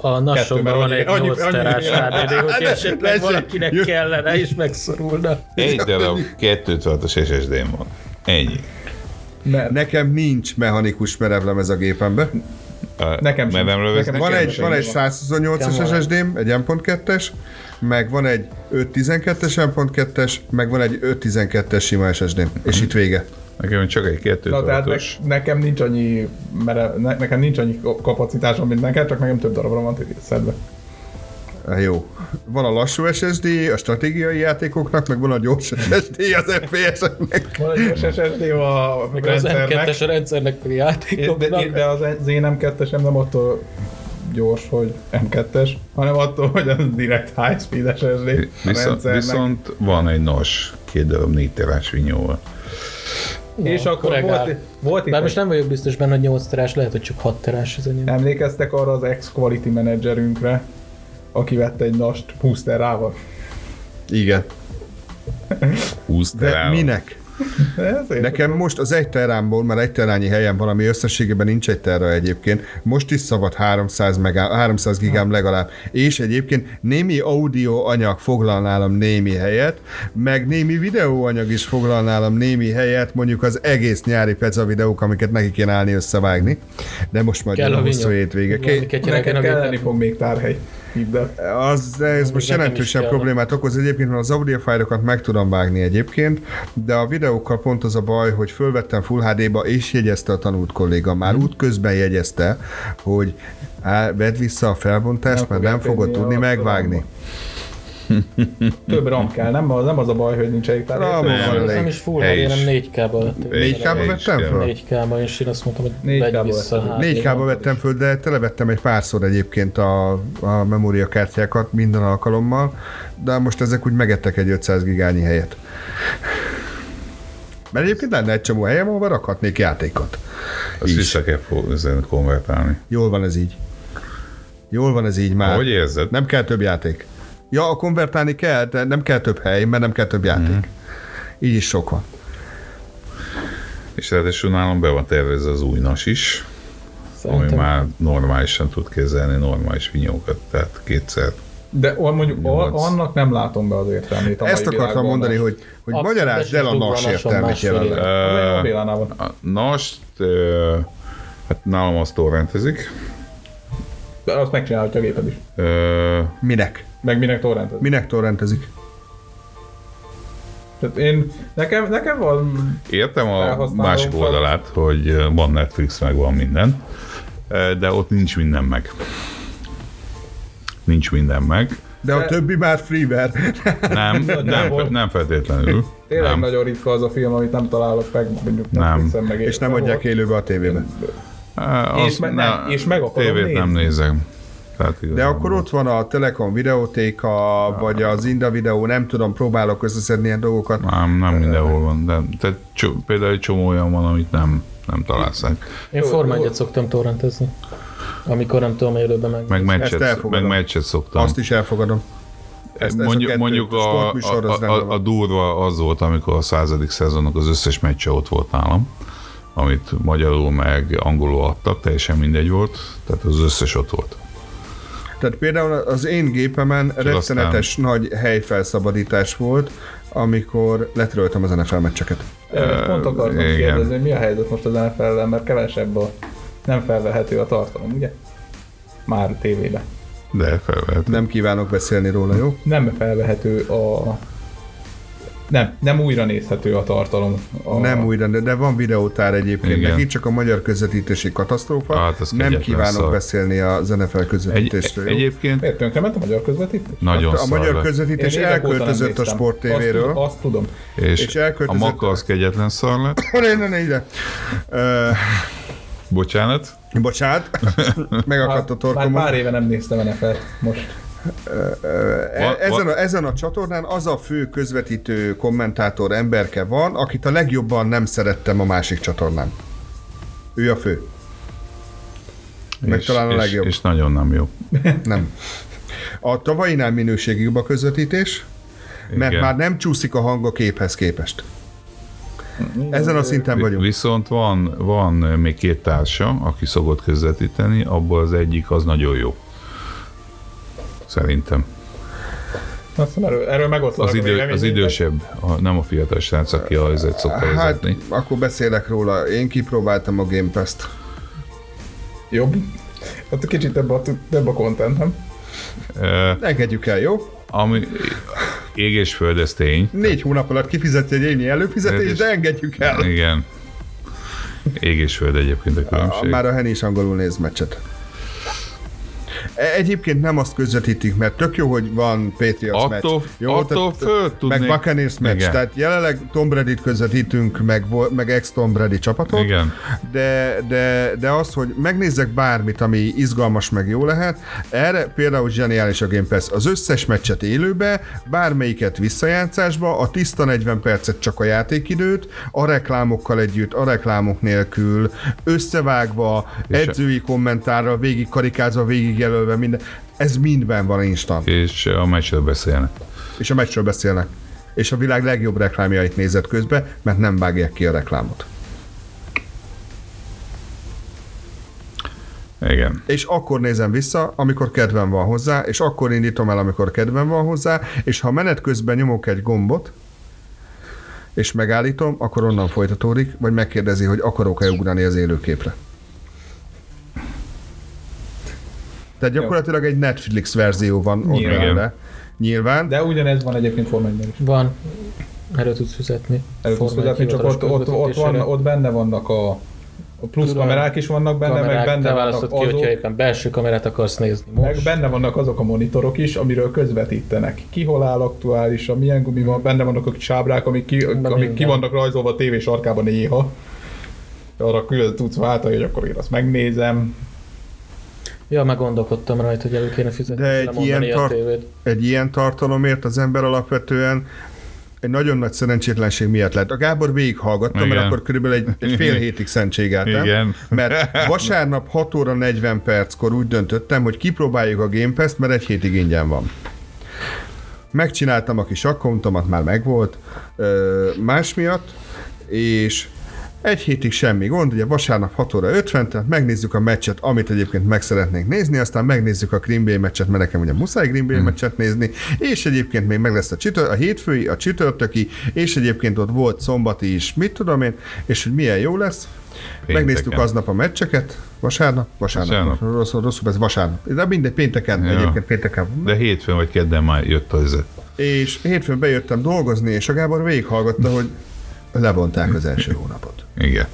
A
Kettőben
nasokban van
annyi-
egy
annyi-
8
annyi-
terás HDD, hogy esetleg
lesz-
valakinek
Hát jö-
kellene és megszorulna.
Egy darab 256-os SSD-m van. Ennyi.
Mert
Nekem nincs mechanikus merevlemez a gépembe.
A
Nekem sem.
meremlövésznek-
Nekem
Van
Nekem
egy,
sem
van egy
van.
128-as
Nekem van.
SSD-m, egy M.2-es, meg van egy 512-es M.2-es, meg van egy 512-es sima SSD-m, és itt vége.
Nekem csak egy
Na, tehát ne,
256-os.
nekem nincs annyi, mere, ne, nekem nincs annyi ko- kapacitásom, mint neked, csak nekem több darabra van szedve.
Eh, Jó. Van a lassú SSD, a stratégiai játékoknak, meg van a gyors SSD az FPS-eknek.
Van egy gyors SSD a
Meg az
rendszernek,
M2-es a rendszernek a játékoknak.
de, de az én M2-esem nem attól gyors, hogy M2-es, hanem attól, hogy az direkt high speed SSD a
Viszont,
rendszernek.
viszont van egy nos, két darab négy terás vinyóval.
és
Na,
akkor
korrigál.
volt, volt itt
Bár most
egy,
nem vagyok biztos benne, hogy 8 terás, lehet, hogy csak 6 terás az enyém.
emlékeztek arra az ex-quality menedzserünkre, aki vette egy nast 20 terával.
Igen.
20
De
terával.
minek?
Ezért
Nekem most az egy terámból, mert egy terányi helyen van, ami összességében nincs egy terra egyébként, most is szabad 300, megá, 300 gigám legalább. És egyébként némi audio anyag foglal nálam némi helyet, meg némi videóanyag is foglal nálam némi helyet, mondjuk az egész nyári peca videók, amiket neki kéne állni összevágni. De most majd
Kell
jön
a
a hosszú
vinyó.
hétvége.
Valami
Ké-
ketyeregjen
Neked
a gépen.
kelleni fog még tárhely. Hidd el.
az, ez most
nekem is
jelentősebb
kell.
problémát okoz egyébként, mert az audiofájlokat meg tudom vágni egyébként, de a videókkal pont az a baj, hogy fölvettem Full HD-ba, és jegyezte a tanult kolléga, már
Mhm.
útközben jegyezte, hogy á, vedd vissza a felbontást,
Nem
mert nem
fogják
fogod
tudni
tudni
a
megvágni.
Mm-hmm.
Több RAM kell, nem, az- nem az a baj, hogy nincs elég tárhely.
RAM
Több
van.
RAM.
Ez
elég.
nem is full,
Te is.
hanem 4K-ba.
Négy kába
Egy
vettem
kell.
föl?
4K-ba, és én azt mondtam, hogy
4K-ba
vegy vissza.
vettem.
hát,
4K-ba
igen.
vettem föl, de televettem egy párszor egyébként a, a memóriakártyákat minden alkalommal, de most ezek úgy megettek egy 500 gigányi helyet. Mert egyébként lenne egy csomó helyem, ahol rakhatnék játékot.
Azt vissza kell fo- ezen konvertálni.
Jól van ez így. Jól van ez így már.
Ahogy érzed?
Nem kell több játék. Ja, a konvertálni kell, de nem kell több hely, mert nem kell több játék.
Mhm.
Mm. Így is sok van.
És ráadásul nálam be van tervezve az új nas is, ami
Szerintem
már normálisan tud kezelni normális vinyókat, tehát kétszer.
De o- mondjuk a,
Nyolc.
annak nem látom be az értelmét. A mai
Ezt akartam
világban.
mondani, hogy, hogy
Abszolút,
magyarázd el a
durva
nas
nason
értelmét
másfél
jelenleg.
éve.
Ö,
Az olyan a Bélánál van.
A nast, ö, hát nálam azt torrentezik.
De Azt megcsinálhatja a géped is.
Ö,
Minek?
Meg minek torrented.
Minek torrentezik?
Tehát én, nekem, nekem van,
Értem a
Felhasználó
másik
fal.
oldalát, hogy van Netflix, meg van minden, de ott nincs minden meg. Nincs minden meg.
De a
De-
többi már freeware.
Nem, nem,
volt.
nem feltétlenül.
tényleg
Nem,
nagyon ritka az a film, amit nem találok meg, mondjuk
Nem.
Netflixen meg
És nem
értem,
adják
hol-
élőbe a tévébe.
Á,
És
azt
me- nem, és meg akarom
tévét nem
nézni.
nézem. Tehát
De
igazából-
akkor ott van a Telekom videótéka, vagy az Inda videó, nem tudom, próbálok összeszedni ilyen dolgokat.
Nem, nem mindenhol van. De, tehát cso- például egy csomó olyan van, amit nem, nem találsz Hát meg.
én Forma 1 szoktam torrentezni. Amikor nem tudom élőben meg.
Meg meccset,
elfogadom.
meg meccset szoktam.
Azt is elfogadom. ezt a
mondjuk,
kettőt,
mondjuk
a
a, a,
sportműsor, az
a,
rendben
a,
van.
a, durva az volt, amikor a századik szezonnak az összes meccse ott volt nálam, amit magyarul meg angolul adtak, teljesen mindegy volt, tehát az összes ott volt.
Tehát például az én gépemen rettenetes nagy helyfelszabadítás volt, amikor letöröltem az NFL meccseket.
Erről Pont akartam
igen.
kérdezni, hogy mi a helyzet most az NFL-el, mert kevesebb a, nem felvehető a tartalom, ugye? Már tévében.
De hát felvehet.
Nem kívánok beszélni róla, jó?
nem felvehető a Nem, nem újra nézhető a tartalom. A...
Nem újra, de, de van videótár egyébként.
Igen.
Igen. Neki csak a magyar közvetítési katasztrófa.
Hát, ez
nem
kegyetlen
kívánok
szar.
beszélni a zenefel
Egy,
közvetítésről. jó? Hát
egyébként
Miért tönkrement a magyar közvetítés?
nagyon
a
szar
magyar
lett.
közvetítés
Én évek óta nem
elköltözött a
néztem.
Sport
Azt,
TV-ről.
tud- azt tudom.
És,
és
a
elköltözött-
maka az kegyetlen szar lett.
Ne, ne, ne, ide. Ö,
Bocsánat.
bocsánat, megakadt a
Már
torkom.
pár éve nem néztem NFL-t most.
Va- va-
E, Ezen a, ezen a csatornán az a fő közvetítő kommentátor emberke van, akit a legjobban nem szerettem a másik csatornán. Ő a fő. Meg
és,
talán a
és-
legjobb.
És nagyon nem jó.
Nem. A tavainál minőségibb a közvetítés, mert
Igen.
már nem csúszik a hang a képhez képest. Ezen a szinten vagyunk.
Viszont van, van még két társa, aki szokott közvetíteni, abból az egyik az nagyon jó. Szerintem.
Azt hiszem, erről, erről megoszlanak
Az,
a
idő, az
véleményeket.
idősebb, a, nem a fiatal srác, aki a helyzet szokta
Hát,
vezetni.
akkor beszélek róla. Én kipróbáltam a Game Pass-t.
Jobb. Hát kicsit több a, több a content, nem?
Ö,
Engedjük el, jó?
Ami ég és föld, ez tény.
Négy hónap alatt kifizeti egy évi előfizetést, de engedjük el.
Igen. Ég és föld egyébként a
A-
különbség.
Már a Henny is angolul néz meccset. E- Egyébként nem azt közvetítik, mert tök jó, hogy van Patriots
Attól-
meccs. Jó,
attól föl tudnék-
Meg Buccaneers meccs.
Igen.
Tehát jelenleg Tom Brady-t közvetítünk, meg, vo- meg ex-Tom Brady csapatot.
Igen.
De, de, de az, hogy megnézzek bármit, ami izgalmas, meg jó lehet, erre például zseniális a Game Pass. Az összes meccset élőbe, bármelyiket visszajátszásba, a tiszta 40 percet csak a játékidőt, a reklámokkal együtt, a reklámok nélkül, összevágva, edzői kommentárral, végig karikázva, végigjelölve minden. Ez mindben van instant.
És a meccsről beszélnek.
És a meccsről beszélnek. És a világ legjobb reklámjait nézett közbe, mert nem vágják ki a reklámot.
Igen.
és akkor nézem vissza, amikor kedvem van hozzá, és akkor indítom el, amikor kedvem van hozzá, és ha menet közben nyomok egy gombot, és megállítom, akkor onnan folytatódik, vagy megkérdezi, hogy akarok-e ugrani az élőképre. Tehát gyakorlatilag egy Netflix verzió van
Nyilván.
online, de- Nyilván.
De ugyanez van egyébként Forma 1 is.
Van. Erről tudsz fizetni.
Erről tudsz
Forma egy
vezetni, csak ott,
hivatalos
ott, ott, van,
közvetítésére.
ott benne vannak a, a plusz
Tudom,
kamerák is vannak benne,
kamerák,
meg benne
te
vannak
választod ki,
azok,
hogyha éppen belső kamerát akarsz nézni most.
meg benne vannak azok a monitorok is, amiről közvetítenek. Ki hol áll aktuálisan, milyen gumi van, benne vannak a sábrák, amik ki, amik
minden.
ki vannak rajzolva a tévé sarkában néha. Arra külön tudsz váltani, hogy akkor én azt megnézem.
Ja, meg gondolkodtam rajta, hogy elő kéne fizetni.
De
és
egy
lemondani
ilyen
a
tart-
tévét.
egy ilyen tartalomért az ember alapvetően egy nagyon nagy szerencsétlenség miatt lett. A Gábor végighallgatta,
Igen.
mert akkor körülbelül egy, egy fél hétig szentségeltem.
Igen.
Mert vasárnap 6 óra 40 perckor úgy döntöttem, hogy kipróbáljuk a Game Pass-t, mert egy hétig ingyen van. Megcsináltam a kis akkontomat, már megvolt ö, más miatt, és egy hétig semmi gond, ugye vasárnap 6 óra 50, tehát megnézzük a meccset, amit egyébként meg szeretnénk nézni, aztán megnézzük a Green Bay meccset, mert nekem ugye muszáj Green Bay meccset nézni, és egyébként még meg lesz a, csütör, a hétfői, a csütörtöki, és egyébként ott volt szombati is, mit tudom én, és hogy milyen jó lesz.
Pénteken.
Megnéztük aznap a meccseket, vasárnap, vasárnap,
Vasárnap.
vasárnap. Rosszul, rosszul, ez vasárnap, de mindegy, pénteken,
Jó.
egyébként pénteken.
De hétfőn vagy kedden már jött a helyzet.
És hétfőn bejöttem dolgozni, és a Gábor végighallgatta, hogy levonták az első hónapot.
Igen.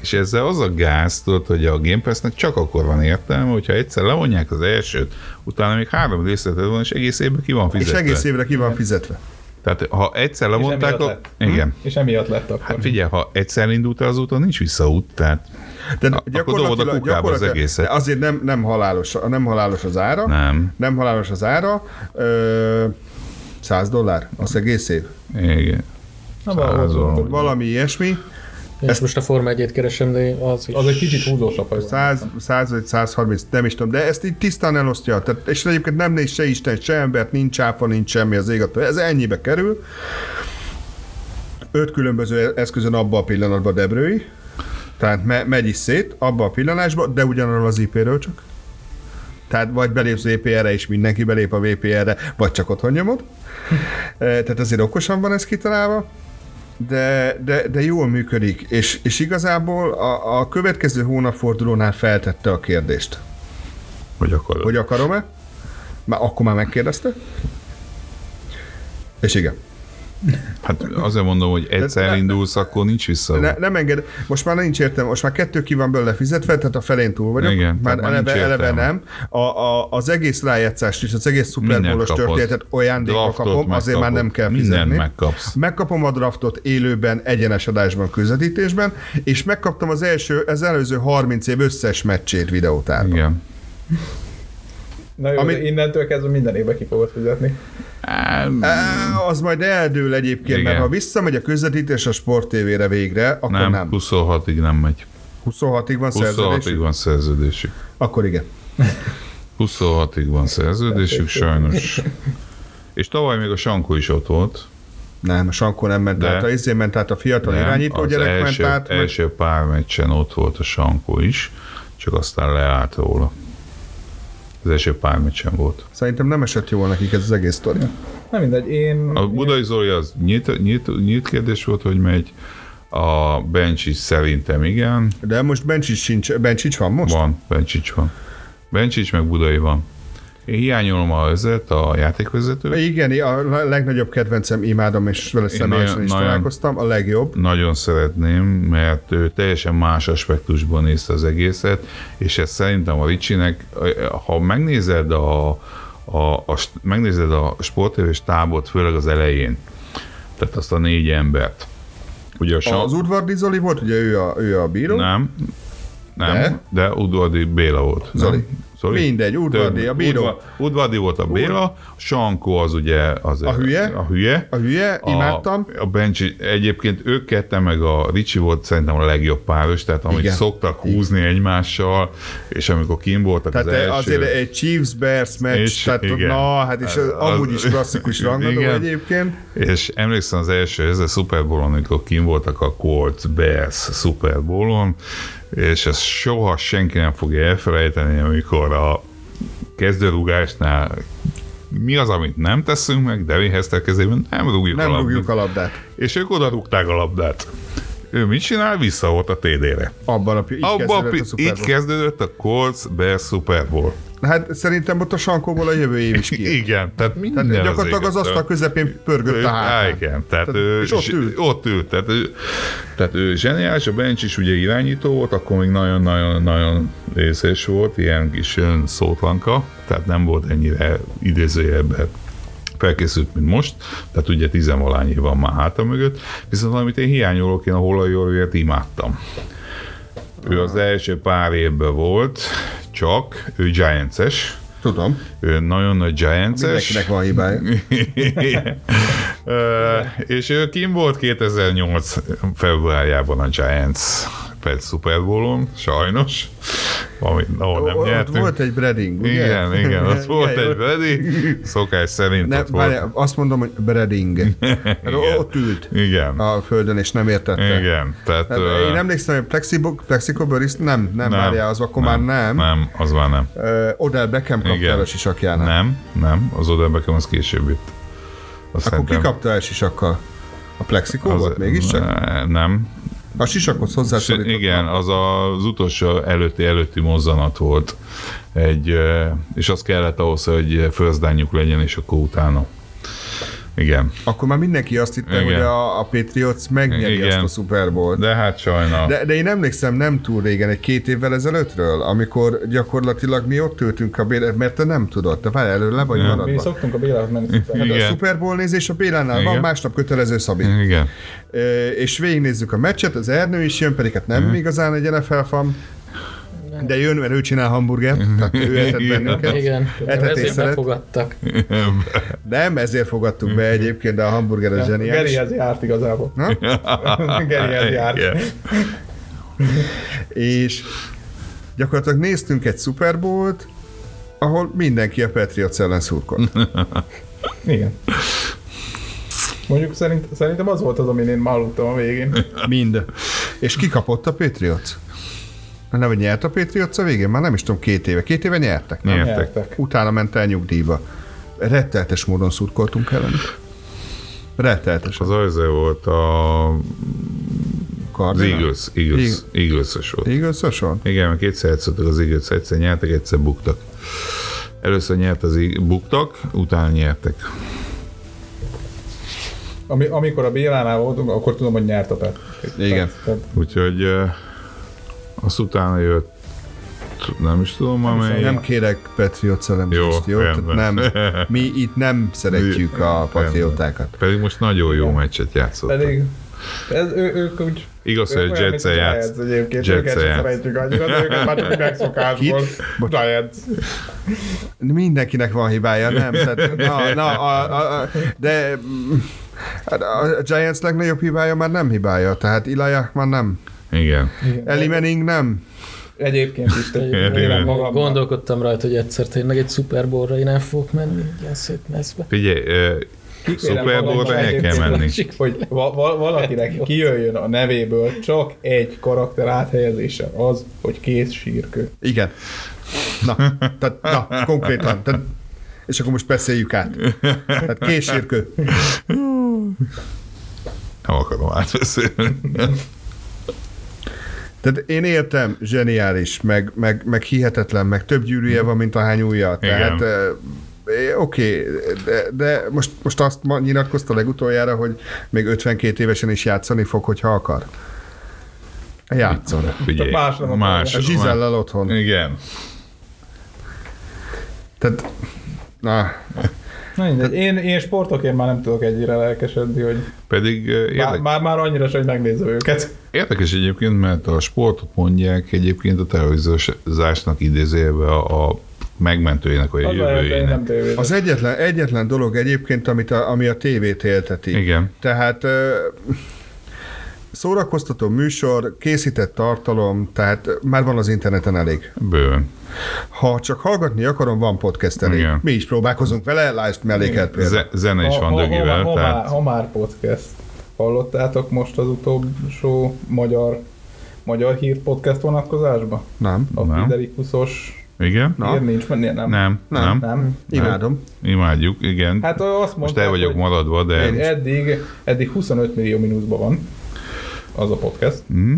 És ezzel az a gáz, tudod, hogy a Game Pass-nek csak akkor van értelme, hogyha egyszer levonják az elsőt, utána még három részleted van, és egész évben ki van
És
fizetve.
egész évre ki van fizetve.
Tehát ha egyszer levonták,
emiatt
a... igen.
És emiatt lett akkor.
Hát figyelj, ha egyszer indult az úton, nincs visszaút, tehát
De
akkor dobod a kukába az egészet.
de azért nem, nem, halálos, nem halálos az ára.
nem.
Nem halálos az ára. Ö, 100 dollár az egész év.
Igen.
Na, valahol
Százal.
ott- ott-
Valami ilyesmi.
Én Ezt... most a Forma 1 keresem, de az is.
Az egy kicsit húzósabb. hogy
100, 100 vagy 130, nem is tudom, de ezt így tisztán elosztja. Tehát, és egyébként nem néz se Isten, se embert, nincs áfa, nincs semmi az ég, ez ennyibe kerül. Öt különböző eszközön abban a pillanatban debrői, tehát me- megy is szét abban a pillanásban, de ugyanarról az IP-ről csak. Tehát vagy belépsz VPR-re, és mindenki belép a VPR-re, vagy csak otthon nyomod. E, Tehát azért okosan van ez kitalálva de, de, de jól működik, és, és igazából a, a következő hónapfordulónál feltette a kérdést,
Hogy akkor
hogy akarom-e, már akkor már megkérdezte, És igen.
Hát azért mondom, hogy egyszer
ne-
indulsz, akkor nincs vissza.
Ne, nem enged, most már nincs értelme, most már kettő ki van belőle fizetve, tehát a felén túl vagyok,
Igen,
már
tehát már
eleve,
nincs
eleve
értelme.
nem. A, a, az egész rájátszást is, az egész
Mindent
szuperbólos
kapod.
történetet ajándékba
Draftot
kapom, azért már
megkapod.
nem kell
Mindent
fizetni.
megkapsz.
Megkapom a draftot élőben, egyenes adásban, közvetítésben, és megkaptam az első, az előző 30 év összes meccsét videótárban.
Igen.
Na jó,
Ami-
Ami... innentől kezdve minden évben ki fogod fizetni.
Ám,
Á, Az majd eldől egyébként, Igen. mert
Igen.
ha visszamegy a közvetítés a sporttévére végre, akkor nem.
nem,
nem.
26-ig nem megy.
26-ig van
26-ig
szerződés?
van szerződésük.
Akkor igen.
26-ig van szerződésük, sajnos. És tavaly még a Sankó is ott volt.
Nem, Sankó nem ment
De.
át, a izé ment át, a fiatal
Nem,
irányító
az
gyerek
első,
ment át. Első.
első pár meccsen ott volt a Sankó is, csak aztán leállt róla. Az első pár meccsen volt.
Szerintem nem esett jól nekik ez az egész sztori.
Na mindegy, én...
A Budai Zoli az nyílt, nyílt, nyílt kérdés volt, hogy megy. A Bencsics szerintem igen.
De most Bencsics sincs, Bencsics van most? Van.
Van, Bencsics van. Bencsics meg Budai van. Én hiányolom a vezet, a játékvezetőt.
Igen, a legnagyobb kedvencem, imádom, és vele személyesen
nagyon-
is
nagyon-
találkoztam, a legjobb.
Nagyon szeretném, mert ő teljesen más aspektusban nézte az egészet, és ez szerintem a Ricsinek, ha megnézed a, a, a st- megnézed a sportévés tábort, főleg az elején, tehát azt a négy embert. Ugye a Sa-
Az Udvardi Zoli volt, ugye ő a, ő a bíró?
Nem. Nem,
De?
de, de Udvardi Béla volt. nem?
Zoli.
Zoli?
Mindegy, Udvardi,
Több-
a bíró.
Udva- Udvardi volt a Béla, Sankó az ugye az
A hülye?
A hülye.
A hülye,
A-
imádtam.
A Bencsi, egyébként ők ketten, meg a Ricsi volt szerintem a legjobb páros, tehát amit
Igen.
Igen. szoktak húzni Igen. egymással, és amikor kim voltak
Tehát
az
az
első...
azért egy Chiefs-Bears meccs,
És
tehát
igen.
na, hát és az,
Az-
amúgy is klasszikus rangadó
Igen.
egyébként.
És emlékszem az első, ez a Super Bowl-on, amikor kim voltak a Colts Bears Super Bowl-on, és ezt soha senki nem fogja elfelejteni, amikor a kezdőrugásnál mi az, amit nem teszünk meg, Devin Hester kezében nem rúgjuk
Nem
a labdát.
rúgjuk a labdát.
És ők oda rúgták a labdát. Ő mit csinál? Vissza volt a TD-re.
Abban a, pi- így
Abba a
kezdődött
pi-
a Super
így
Bowl.
kezdődött a Colts Bears Super Bowl.
Hát szerintem ott a sankóból a jövő év is ki.
Igen, tehát minden
Tehát gyakorlatilag az
égett.
asztal közepén pörgött a
Á,
hátán.
igen, tehát,
Tehát-
ő,
és ott
zs-
ült.
Ott ült, tehát ő, tehát ő zseniális, a Bencs is ugye irányító volt, akkor még nagyon-nagyon-nagyon részes volt, ilyen kis ilyen szótlanka, tehát nem volt ennyire idézőjelben felkészült, mint most, tehát ugye tizenvalányi van már háta mögött, viszont amit én hiányolok, én a Hollai Orvért imádtam. Ő az első pár évben volt, csak ő Giants-es,
Tudom,
ő nagyon nagy Giants-es.
mindenkinek van hibája.
Ö, és ő kim volt 2008 februárjában a Giants Pet Super Bowl-on, sajnos, amit ahol nem
Ott
nyertünk.
volt egy breading, ugye?
igen, igen, ott volt egy Brady, szokás szerint
Ne,
ott volt.
várjál, azt mondom, hogy breading. Hát ott ült
Igen,
a földön, és nem értette.
igen, tehát...
Nem,
ö,
Én emlékszem, hogy Plexibo- Plexicoből is nem, nem, várjál, az akkor már nem.
Nem, az már nem.
Ö, Odell Beckham kapta
Igen.
el a sisakjánál.
Nem, nem, az Odell Beckham az később jött. Azt
Akkor ki
szerintem
kapta el sisakkal? A plexikó
az-
volt mégiscsak?
Ne- Nem,
A sisakhoz hozzászorított.
Igen, az a, az utolsó előtti előtti mozzanat volt. Egy, eh, és az kellett ahhoz, hogy fölzdányuk legyen, és akkor utána. Igen,
Akkor már mindenki azt hitte,
Igen.
hogy a, a Patriots megnyeri
Igen.
azt a Super Bowl-t.
de hát sajnálom.
De, de én emlékszem nem túl régen, egy két évvel ezelőttről, amikor gyakorlatilag mi ott ültünk a Bélát, mert te nem tudod, te várj elő, le vagy
Mi
maradva.
szoktunk a Bélához menni.
Hát a
Igen.
Super Bowl nézés a Bélánál van,
Igen.
másnap kötelező Szabi.
Igen.
Ö, és végignézzük a meccset, az Ernő is jön, pedig hát nem igazán egy NFL fan, de jön, mert ő csinál hamburgert, tehát ő etett
Igen.
bennünket.
Igen,
Etetés
ezért
szeret.
befogadtak.
Nem, ezért fogadtuk be egyébként, de a hamburger az zseniális.
Gerihez járt igazából.
Na?
Gerihez járt.
Igen.
És gyakorlatilag néztünk egy Super Bowl-t, ahol mindenki a Patriots ellen szurkolt.
Igen. Mondjuk szerint, szerintem az volt az, amin én már aludtam a végén.
Mind. És kikapott a Patriots. Nem, hogy nyert a Patriots a végén? Már nem is tudom, két éve. Két éve nyertek, nem?
Nyertek.
Nyertek.
Utána ment el nyugdíjba. Retteltes módon szurkoltunk ellen. Retteltes
Az az volt a, az Eagles, Eagles, Eagles-ös volt.
Igazsosan?
Igen, mert kétszer játszottak az Eagles, egyszer nyertek, egyszer buktak. Először nyert az Eag- buktak, utána nyertek.
Ami, amikor a Bélánál voltunk, akkor tudom, hogy nyert a Pet.
Igen.
Tehát
Úgyhogy eh, azt utána jött, nem is tudom, amely...
Nem kérek Patriot szellemzést, jó?
Jó,
Tehát
rendben.
nem, mi itt nem szeretjük
Mi-
a patriótákat.
Pedig most nagyon jó meccset játszott.
Pedig ez, ő, ők úgy
Igaz, hogy a Jets-el játsz.
Egyébként
Jets-el
őket sem
játsz.
szeretjük annyira, de őket már csak megszokásból.
Kit?
Giants.
Mindenkinek van hibája, nem? Tehát, na, na, a, a, a, de mm, hát a a Giants legnagyobb hibája már nem hibája, tehát Ilaják már nem.
Igen.
Eli Manning nem.
Egyébként is. tehát
Egyébként
nyilván
igen.
magammal.
Gondolkodtam rajta, hogy egyszer tényleg egy Super Bowl-ra én el fogok menni, egy ilyen szép mezbe.
Figyelj, eh,
Kikérem
Super Bowl-ra
magammal
el kell
egyébként,
menni.
Hogy va- va- valakinek kijöjjön a nevéből csak egy karakter áthelyezése az, hogy kész sírkő.
Igen. Na, tehát, na konkrétan. Tehát, és akkor most beszéljük át. Tehát késérkő.
nem akarom átbeszélni.
Tehát én értem, zseniális, meg, meg, meg hihetetlen, meg több gyűrűje van, mint a hány ujja. Tehát eh, eh, oké, de, de most, most azt ma nyilatkozta legutoljára, hogy még 52 évesen is játszani fog, hogyha akar. Játszon.
Figyelj,
Más nem akarom.
más.
A Zsizellel otthon.
Igen.
Tehát, na,
Na mindegy, én, én sportokért már nem tudok egyre lelkesedni, hogy
Pedig eh,
már,
érdekes,
már, már annyira, sem, hogy megnézem őket.
érdekes egyébként, mert a sportot mondják egyébként a terrorizásnak idézélve a, a megmentőjének, vagy a
Az a helyzet, én
jövőjének.
nem tévézek.
az egyetlen, egyetlen dolog egyébként, amit a, ami a tévét élteti.
Igen.
Tehát ö, szórakoztató műsor, készített tartalom, tehát ö, már van az interneten elég.
Bőven.
Ha csak hallgatni akarom, van podcast elég.
Igen.
Mi is próbálkozunk vele, lásd melléket például.
Ze- zene is van dögivel,
ha, már,
tehát
ha már podcast. Hallottátok most az utolsó magyar, magyar hír podcast vonatkozásba?
Nem.
A
Nem.
Fidelikuszos
igen?
Na.
hír nincs, mert nem.
Nem, nem, nem,
nem.
Imádom.
imádjuk, igen.
Hát ö, azt
Most
mondták,
el vagyok
hogy
maradva, de...
hogy eddig, eddig 25 millió mínuszban van az a podcast.
Hm?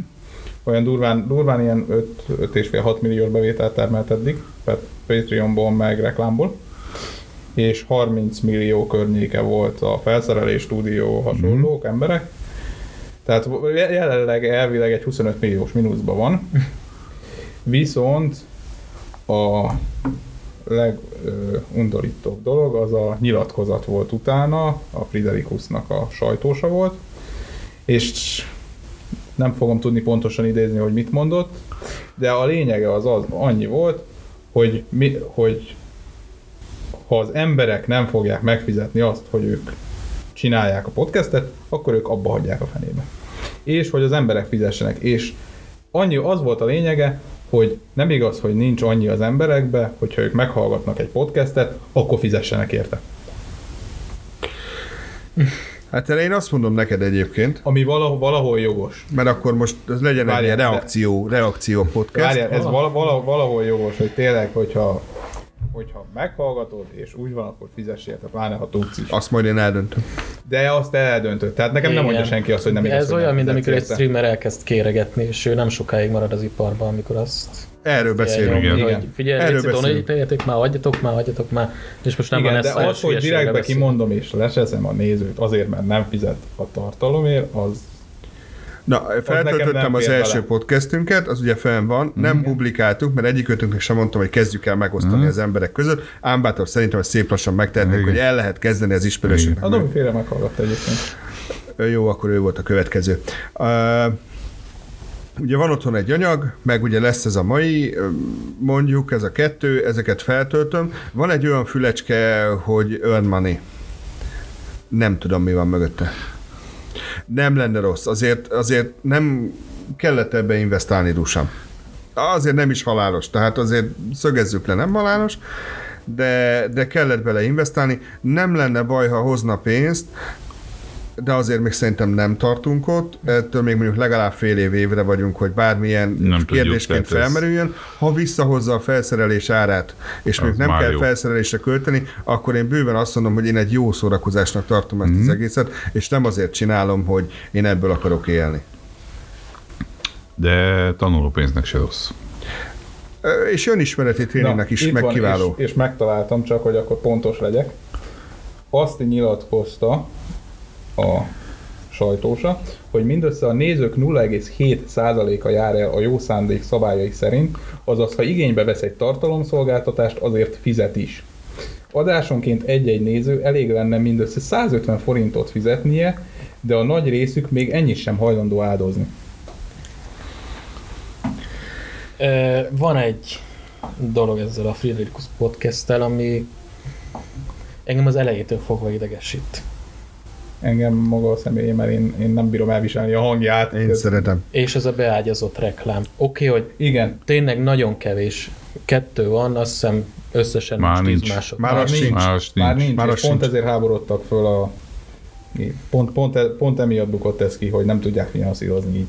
Olyan durván, durván ilyen 5-5,5-6 millió bevételt termelt eddig, tehát Patreonból meg reklámból és 30 millió környéke volt a felszerelés, stúdió, hasonlók, mm. emberek. Tehát jelenleg elvileg egy 25 milliós mínuszban van. Viszont a legundorítóbb dolog az a nyilatkozat volt utána, a Friderikusnak a sajtósa volt, és nem fogom tudni pontosan idézni, hogy mit mondott, de a lényege az az annyi volt, hogy, mi, hogy ha az emberek nem fogják megfizetni azt, hogy ők csinálják a podcastet, akkor ők abba hagyják a fenébe. És hogy az emberek fizessenek. És annyi az volt a lényege, hogy nem igaz, hogy nincs annyi az emberekbe, hogyha ők meghallgatnak egy podcastet, akkor fizessenek érte.
Hát erre én azt mondom neked egyébként,
Ami valahol, valahol jogos.
mert akkor most ez legyen egy
Várjál,
ilyen
de-
reakció, reakció podcast.
Várjál, ez vala, vala, valahol jogos, hogy tényleg, hogyha, hogyha meghallgatod, és úgy van, akkor fizess érte, pláne ha tudsz is.
Azt majd én eldöntöm.
De azt eldöntött. Tehát nekem nem
Igen.
mondja senki azt, hogy nem
De
igaz,
Ez
hogy
olyan,
nem
mint amikor egy
fizetsz érte.
streamer elkezd kéregetni, és ő nem sokáig marad az iparban, amikor azt
Erről beszélünk.
igen.
Hogy
Igen.
Erről
figyelj, Léci, Dona,
beszélünk.
hogy tegyetek már, adjatok már, adjatok már, és most nem
Igen,
van
de
ez a
az, hogy
hülyeségre
direktbe
beszélünk.
kimondom és lesezem a nézőt azért, mert nem fizet a tartalomért, az
Na,
nekem
feltöltöttem
nem
az
fér
első
bele. Mhm.
podcastünket, az ugye fenn van, nem publikáltuk, mert egyikőtünknek sem mondtam, hogy kezdjük el
Mhm.
megosztani az emberek között. Ám bátor szerintem ezt szép lassan megtehetnénk,
Igen.
hogy el lehet kezdeni az
a
ismerősöknek.
Domi félre meghallgatta egyébként.
Ö, Jó, akkor ő volt a következő. Ö, Ugye van otthon egy anyag, meg ugye lesz ez a mai, ö, mondjuk ez a kettő, ezeket feltöltöm. Van egy olyan fülecske, hogy earn money. Nem tudom, mi van mögötte. Nem lenne rossz, azért, azért nem kellett ebbe investálni dúsam. Azért nem is halálos, tehát azért szögezzük le, nem halálos, de, de kellett bele investálni. Nem lenne baj, ha hozna pénzt, de azért még szerintem nem tartunk ott, ettől még mondjuk legalább fél év évre vagyunk, hogy bármilyen
tudjuk,
kérdésként
tehát ez-
felmerüljön. Ha visszahozza a felszerelés árát, és
Az
még nem
már
kell
jó.
felszerelésre költeni, akkor én bőven azt mondom, hogy én egy jó szórakozásnak tartom ezt mm. az egészet, és nem azért csinálom, hogy én ebből akarok élni.
De tanulópénznek se rossz.
Ö, És önismereti tréningnek is
itt
meg
van,
kiváló.
És, és megtaláltam csak, hogy akkor pontos legyek. Azt nyilatkozta a sajtósa, hogy mindössze a nézők 0,7%-a jár el a jó szándék szabályai szerint, azaz ha igénybe vesz egy tartalomszolgáltatást, azért fizet is. Adásonként egy-egy néző elég lenne mindössze 150 forintot fizetnie, de a nagy részük még ennyit sem hajlandó áldozni.
Ö, Van egy dolog ezzel a Friderikus podcasttel, ami engem az elejétől fogva idegesít.
Engem maga a személy, mert én, én nem bírom elviselni a hangját.
Én szeretem.
És ez a beágyazott reklám. Oké, okay, hogy
Igen,
tényleg nagyon kevés. Kettő van, azt hiszem összesen
Már
most
nincs.
10 másodperc.
Már az sincs.
Már azt
Már
nincs.
nincs,
Már
és
az
pont
sincs.
ezért háborodtak föl a... Pont, pont, e- pont emiatt bukott ez ki, hogy nem tudják finanszírozni így.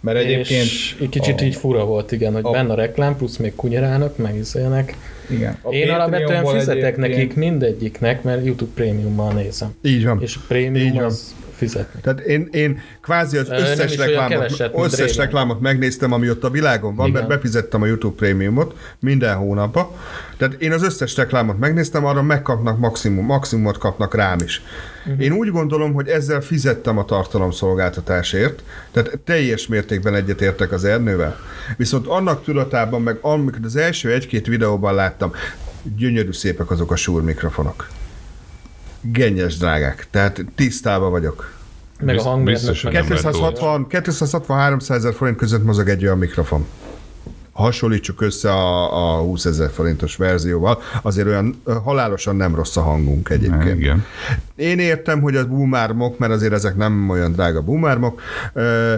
Mert egyébként...
és egy kicsit
a-
így fura volt, igen, hogy
a-
benne a reklám, plusz még kunyerálnak, meg izélnek.
Igen. A
Én alapvetően
Patreonból
fizetek
egyébként-
nekik mindegyiknek, mert YouTube prémiummal nézem.
Így van.
És a prémium
Így van.
az fizetnek.
Tehát én, én kvázi az
Ö, nem
összes,
is olyan
reklámot,
keveset, mint
összes
régen.
reklámot megnéztem, ami ott a világon van,
Igen.
mert befizettem a YouTube prémiumot minden hónapba. Tehát én az összes reklámot megnéztem, arra megkapnak maximum, maximumot kapnak rám is.
Mhm.
Uh-huh. Én úgy gondolom, hogy ezzel fizettem a tartalomszolgáltatásért, tehát teljes mértékben egyetértek az Ernővel. Viszont annak tudatában, meg amikor az első egy-két videóban láttam, gyönyörű szépek azok a súr mikrofonok. Gennyes drágák, tehát tisztában vagyok.
Meg a
Biz- biztos,
hangmérnök, meg
hogy nem
260, 260-300 ezer forint között mozog egy olyan mikrofon. Hasonlítsuk össze a, a 20 ezer forintos verzióval, azért olyan ö, halálosan nem rossz a hangunk egyébként.
Igen.
Én értem, hogy az boomármok, mert azért ezek nem olyan drága boomármok, ö,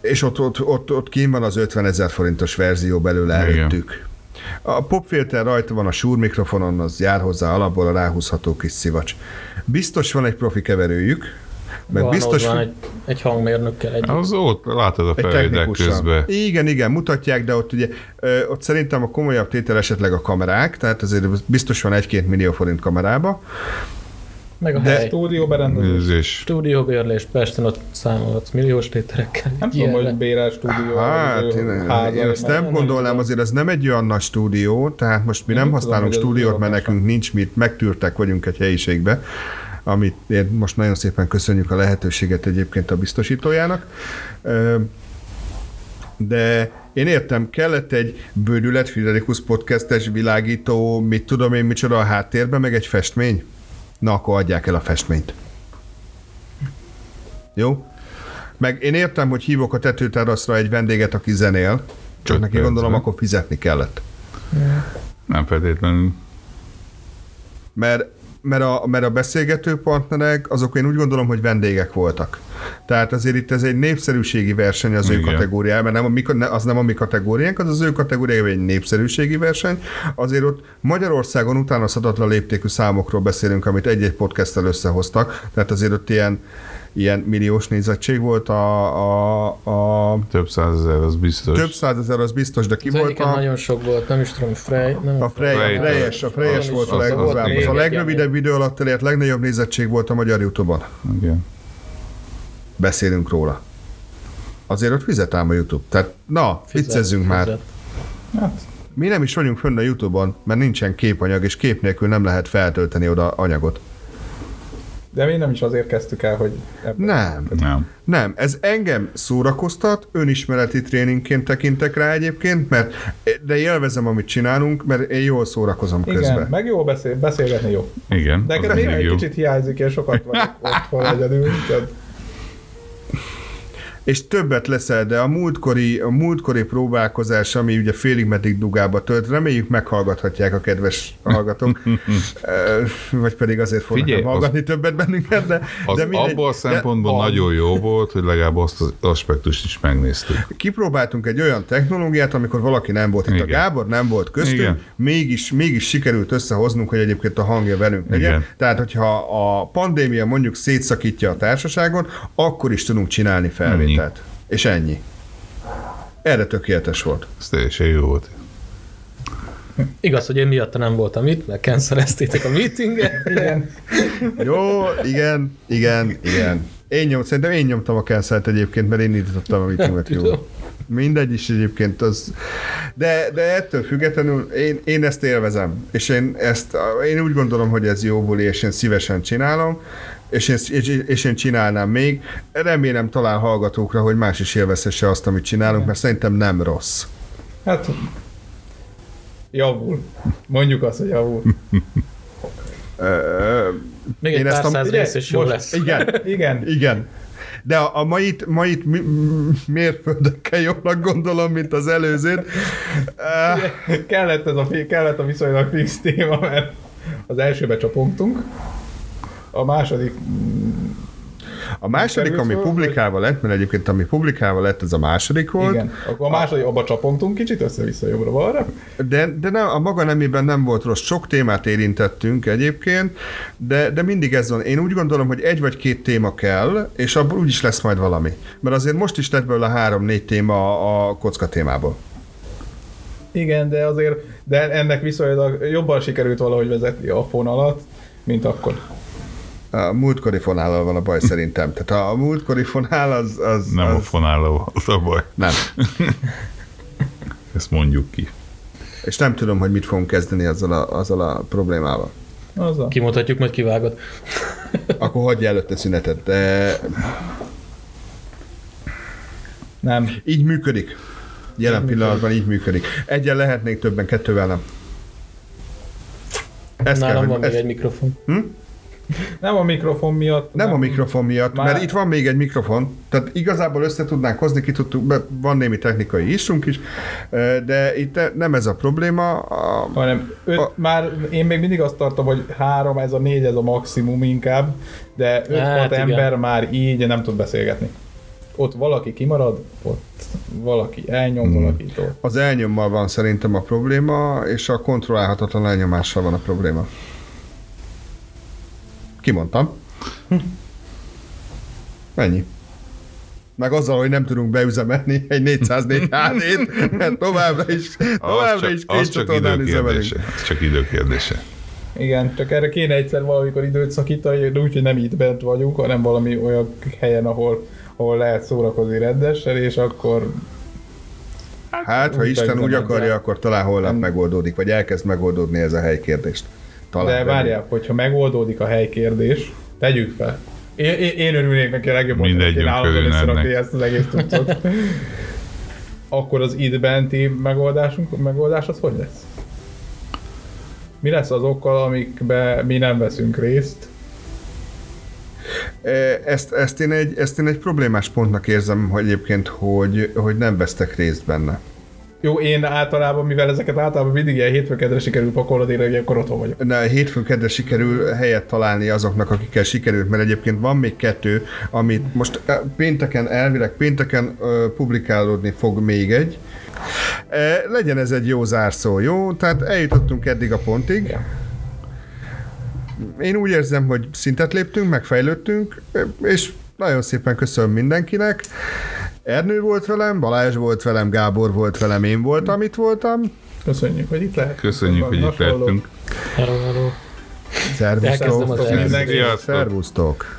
és ott, ott, ott, ott kín van az 50 ezer forintos verzió belőle
Igen.
előttük. A popfilter rajta van a súr mikrofonon, az jár hozzá alapból a ráhúzható kis szivacs. Biztos van egy profi keverőjük, meg
van,
biztos
ott van egy, egy hangmérnökkel egy
Az ott látod a
egy
felvétel
technikussal.
közben.
Igen, igen, mutatják, de ott ugye, ö, ott szerintem a komolyabb tétel esetleg a kamerák, tehát azért biztos van egy-két millió forint kamerába.
Meg a
De
hely.
stúdió berendezés.
Nézés.
Stúdióbérlés Pesten ott számolhatsz milliós tételekkel.
Nem
Ilyenre.
tudom, hogy bérel stúdió.
Hát,
vagy ő
én,
háza,
én ezt
vagy-
nem gondolnám, azért ez nem egy olyan nagy stúdió, tehát most mi
Én
nem
úgy
használunk
tudom, hogy ez
stúdiót, mert
lakása.
nekünk nincs mit, megtűrtek vagyunk egy helyiségbe, amit én most nagyon szépen köszönjük a lehetőséget egyébként a biztosítójának. Ö, De én értem, kellett egy bődület, Friderikus podcastes világító, mit tudom én, micsoda a háttérben, meg egy festmény. Na, akkor adják el a festményt. Jó? Meg én értem, hogy hívok a tetőteraszra egy vendéget, aki zenél, csak
Öt
neki gondolom,
percben.
akkor fizetni kellett.
Nem feltétlenül.
Mert, mert, a, mert a beszélgető partnerek, azok én úgy gondolom, hogy vendégek voltak. Tehát azért itt ez egy népszerűségi verseny az ő
Igen.
kategóriájában, mert nem a mi, ne- az nem a mi kategóriánk, az az ő kategóriájában egy népszerűségi verseny. Azért ott Magyarországon utánozhatatlan léptékű számokról beszélünk, amit egy-egy podcasttel összehoztak, tehát azért ott ilyen, ilyen milliós nézettség volt a, a, a
Több százezer, az biztos.
Több százezer az biztos, de ki
Az
volt
egyiken
a,
nagyon sok volt, nem is tudom, Frey. Nem
a Frey,
Frey-
a Freyes, a Freyes
Az-
volt a
az- az
leggazdagabb.
még
Az a
egy
legrövidebb idő alatt elért legnagyobb nézettség volt a magyar Youtube-on.
Igen.
Beszélünk róla. Azért ott fizet ám a Youtube. Tehát na,
fizet-
viccezzünk már.
fizet.
Hát,
Mi nem is vagyunk fönn a Youtube-on, mert nincsen képanyag, és kép nélkül nem lehet feltölteni oda anyagot.
De mi nem is azért kezdtük el, hogy... ebben-
Nem.
Nem.
Nem, ez engem szórakoztat, önismereti tréningként tekintek rá egyébként, mert de élvezem, amit csinálunk, mert én jól szórakozom
Igen,
közben.
meg jó beszél, beszélgetni jó.
Igen.
De
az
neked még
mindig
egy
jó.
kicsit hiányzik, és sokat vagyok otthon egyedül. tehát
és többet leszel, de a múltkori, a múltkori próbálkozás, ami ugye félig meddig dugába tölt, reméljük meghallgathatják a kedves hallgatók, Ö, vagy pedig azért fognak
Figyelj,
nem hallgatni többet bennünket, de,
Az
de mindegy.
abból a
De
szempontból
a-
nagyon jó volt, hogy legalább azt az aspektust is megnéztük.
Kipróbáltunk egy olyan technológiát, amikor valaki nem volt itt. Igen. A
Igen.
Gábor nem volt köztünk,
Igen.
mégis, mégis sikerült összehoznunk, hogy egyébként a hangja velünk legyen. Igen.
Igen.
Tehát, hogyha a pandémia mondjuk szétszakítja a társaságon, akkor is tudunk csinálni felvételt. Ennyi. És ennyi. Erre tökéletes volt.
Ez teljesen jó volt.
Igaz, hogy én miatta nem voltam itt, mert canceleztétek a meetinget.
Igen,
Jó, igen, igen, igen. Én nyom, szerintem én nyomtam a cancelt egyébként, mert én indítottam a meetinget jó.
Tudom.
Mindegy is egyébként az... De, de ettől függetlenül én, én ezt élvezem, és én, ezt, én úgy gondolom, hogy ez jó buli, és én szívesen csinálom. és, ezt, és, és én csinálnám még. Remélem talál hallgatókra, hogy más is élvezhesse azt, amit csinálunk, mert szerintem nem rossz.
Hát javul. Mondjuk azt, hogy javul.
Ö,
Még egy
Én ezt
pár
a-
száz
ugye,
rész, és jó
most-
lesz.
Igen,
Igen.
igen. De a, a mait, mait mi- m- mérföldökkel jobbnak gondolom, mint az előzőt. Ö,
Kellett, ez a, fi- kellett a viszonylag fix téma, mert az elsőbe csapongtunk. A második
A második, ami
Kerülsz róla,
publikálva lett, mert egyébként ami publikálva lett, az a második volt,
Igen. Akkor a második abba csapongtunk kicsit, össze-vissza jobbra-balra.
de, de nem, a maga nemében nem volt rossz. Sok témát érintettünk egyébként, de, de mindig ez van. Én úgy gondolom, hogy egy vagy két téma kell, és abból úgyis lesz majd valami. Mert azért most is lett belőle három-négy téma a- a kocka témából.
Igen, de azért de ennek viszonylag jobban sikerült valahogy vezetni a fonalat, mint akkor.
A múltkori fonállal van a baj szerintem. Tehát a, a múltkori fonál az... az
Nem a
az,
fonáló volt a baj.
nem.
Ezt mondjuk ki.
És nem tudom, hogy mit fogunk kezdeni azzal a, azzal a problémával.
Az a...
Kimutatjuk, majd kivágod.
Akkor hagyj előtte szünetet. De
Nem.
Így működik. Jelen pillanatban így működik. Egyen lehetnék többen, kettővel nem. Ezt kell,
Nálam
hogy-
van még
ezt,
egy mikrofon.
Nem a mikrofon miatt.
nem a mikrofon miatt,
Már-
mert itt van még egy mikrofon, tehát igazából össze tudnánk hozni, ki tudtuk, be, van némi technikai isunk is, ö, de itt ne- nem ez a probléma. A,
hanem öt,
A-
már én még mindig azt tartom, hogy három, ez a négy, ez a maximum inkább, de öt
Hát
hát,
igen.
ember már így nem tud beszélgetni. Ott valaki kimarad, ott valaki elnyom, hmm. valaki tol.
az elnyommal van szerintem a probléma, és a kontrollálhatatlan elnyomással van a probléma. Kimondtam.
Hm.
Ennyi. Meg azzal, hogy nem tudunk beüzemelni egy 404 HD-t, mert továbbra is,
Az
továbbra
csak,
is két
az csak
csatornán üzemelünk.
időkérdése. Az csak időkérdése.
Igen, csak erre kéne egyszer valamikor időt szakítani, de úgyhogy nem itt bent vagyunk, hanem valami olyan helyen, ahol, ahol lehet szórakozni rendesen, és akkor
Hát, ha
Úgy
Isten úgy
beüzemeljük.
akarja, akkor talán
Hmm.
holnap megoldódik, vagy elkezd megoldódni ez a helykérdést.
De
Talán.
várjál, hogyha megoldódik a helykérdés, tegyük fel. Én, én, én örülnék neki a legjobb,
Mindegyünk örülne
összerakni
ennek.
ezt az egész tudszot. Akkor az itt benti megoldásunk, megoldás az hogy lesz? Mi lesz azokkal, amikbe mi nem veszünk részt?
Ezt, ezt, én egy, ezt én egy problémás pontnak érzem hogy egyébként, hogy, hogy nem vesztek részt benne.
Jó, én általában, mivel ezeket általában mindig ilyen hétfőkedre sikerül pakolod, én akkor otthon vagyok.
Na, hétfőn kedre sikerül helyet találni azoknak, akikkel sikerült, mert egyébként van még kettő, amit most eh, pénteken, elvileg pénteken ö, publikálódni fog még egy. E, legyen ez egy jó zárszó, jó? Tehát eljutottunk eddig a pontig.
Ja.
Én úgy érzem, hogy szintet léptünk, megfejlődtünk, eh, és nagyon szépen köszönöm mindenkinek. Ernő volt velem, Balázs volt velem, Gábor volt velem, én voltam, itt voltam.
Köszönjük, hogy itt lehet.
Köszönjük, hogy itt
Hasonló.
lettünk.
Hello, hello. Elkezdem
Szervusztok!
az elejét.
Szervusztok!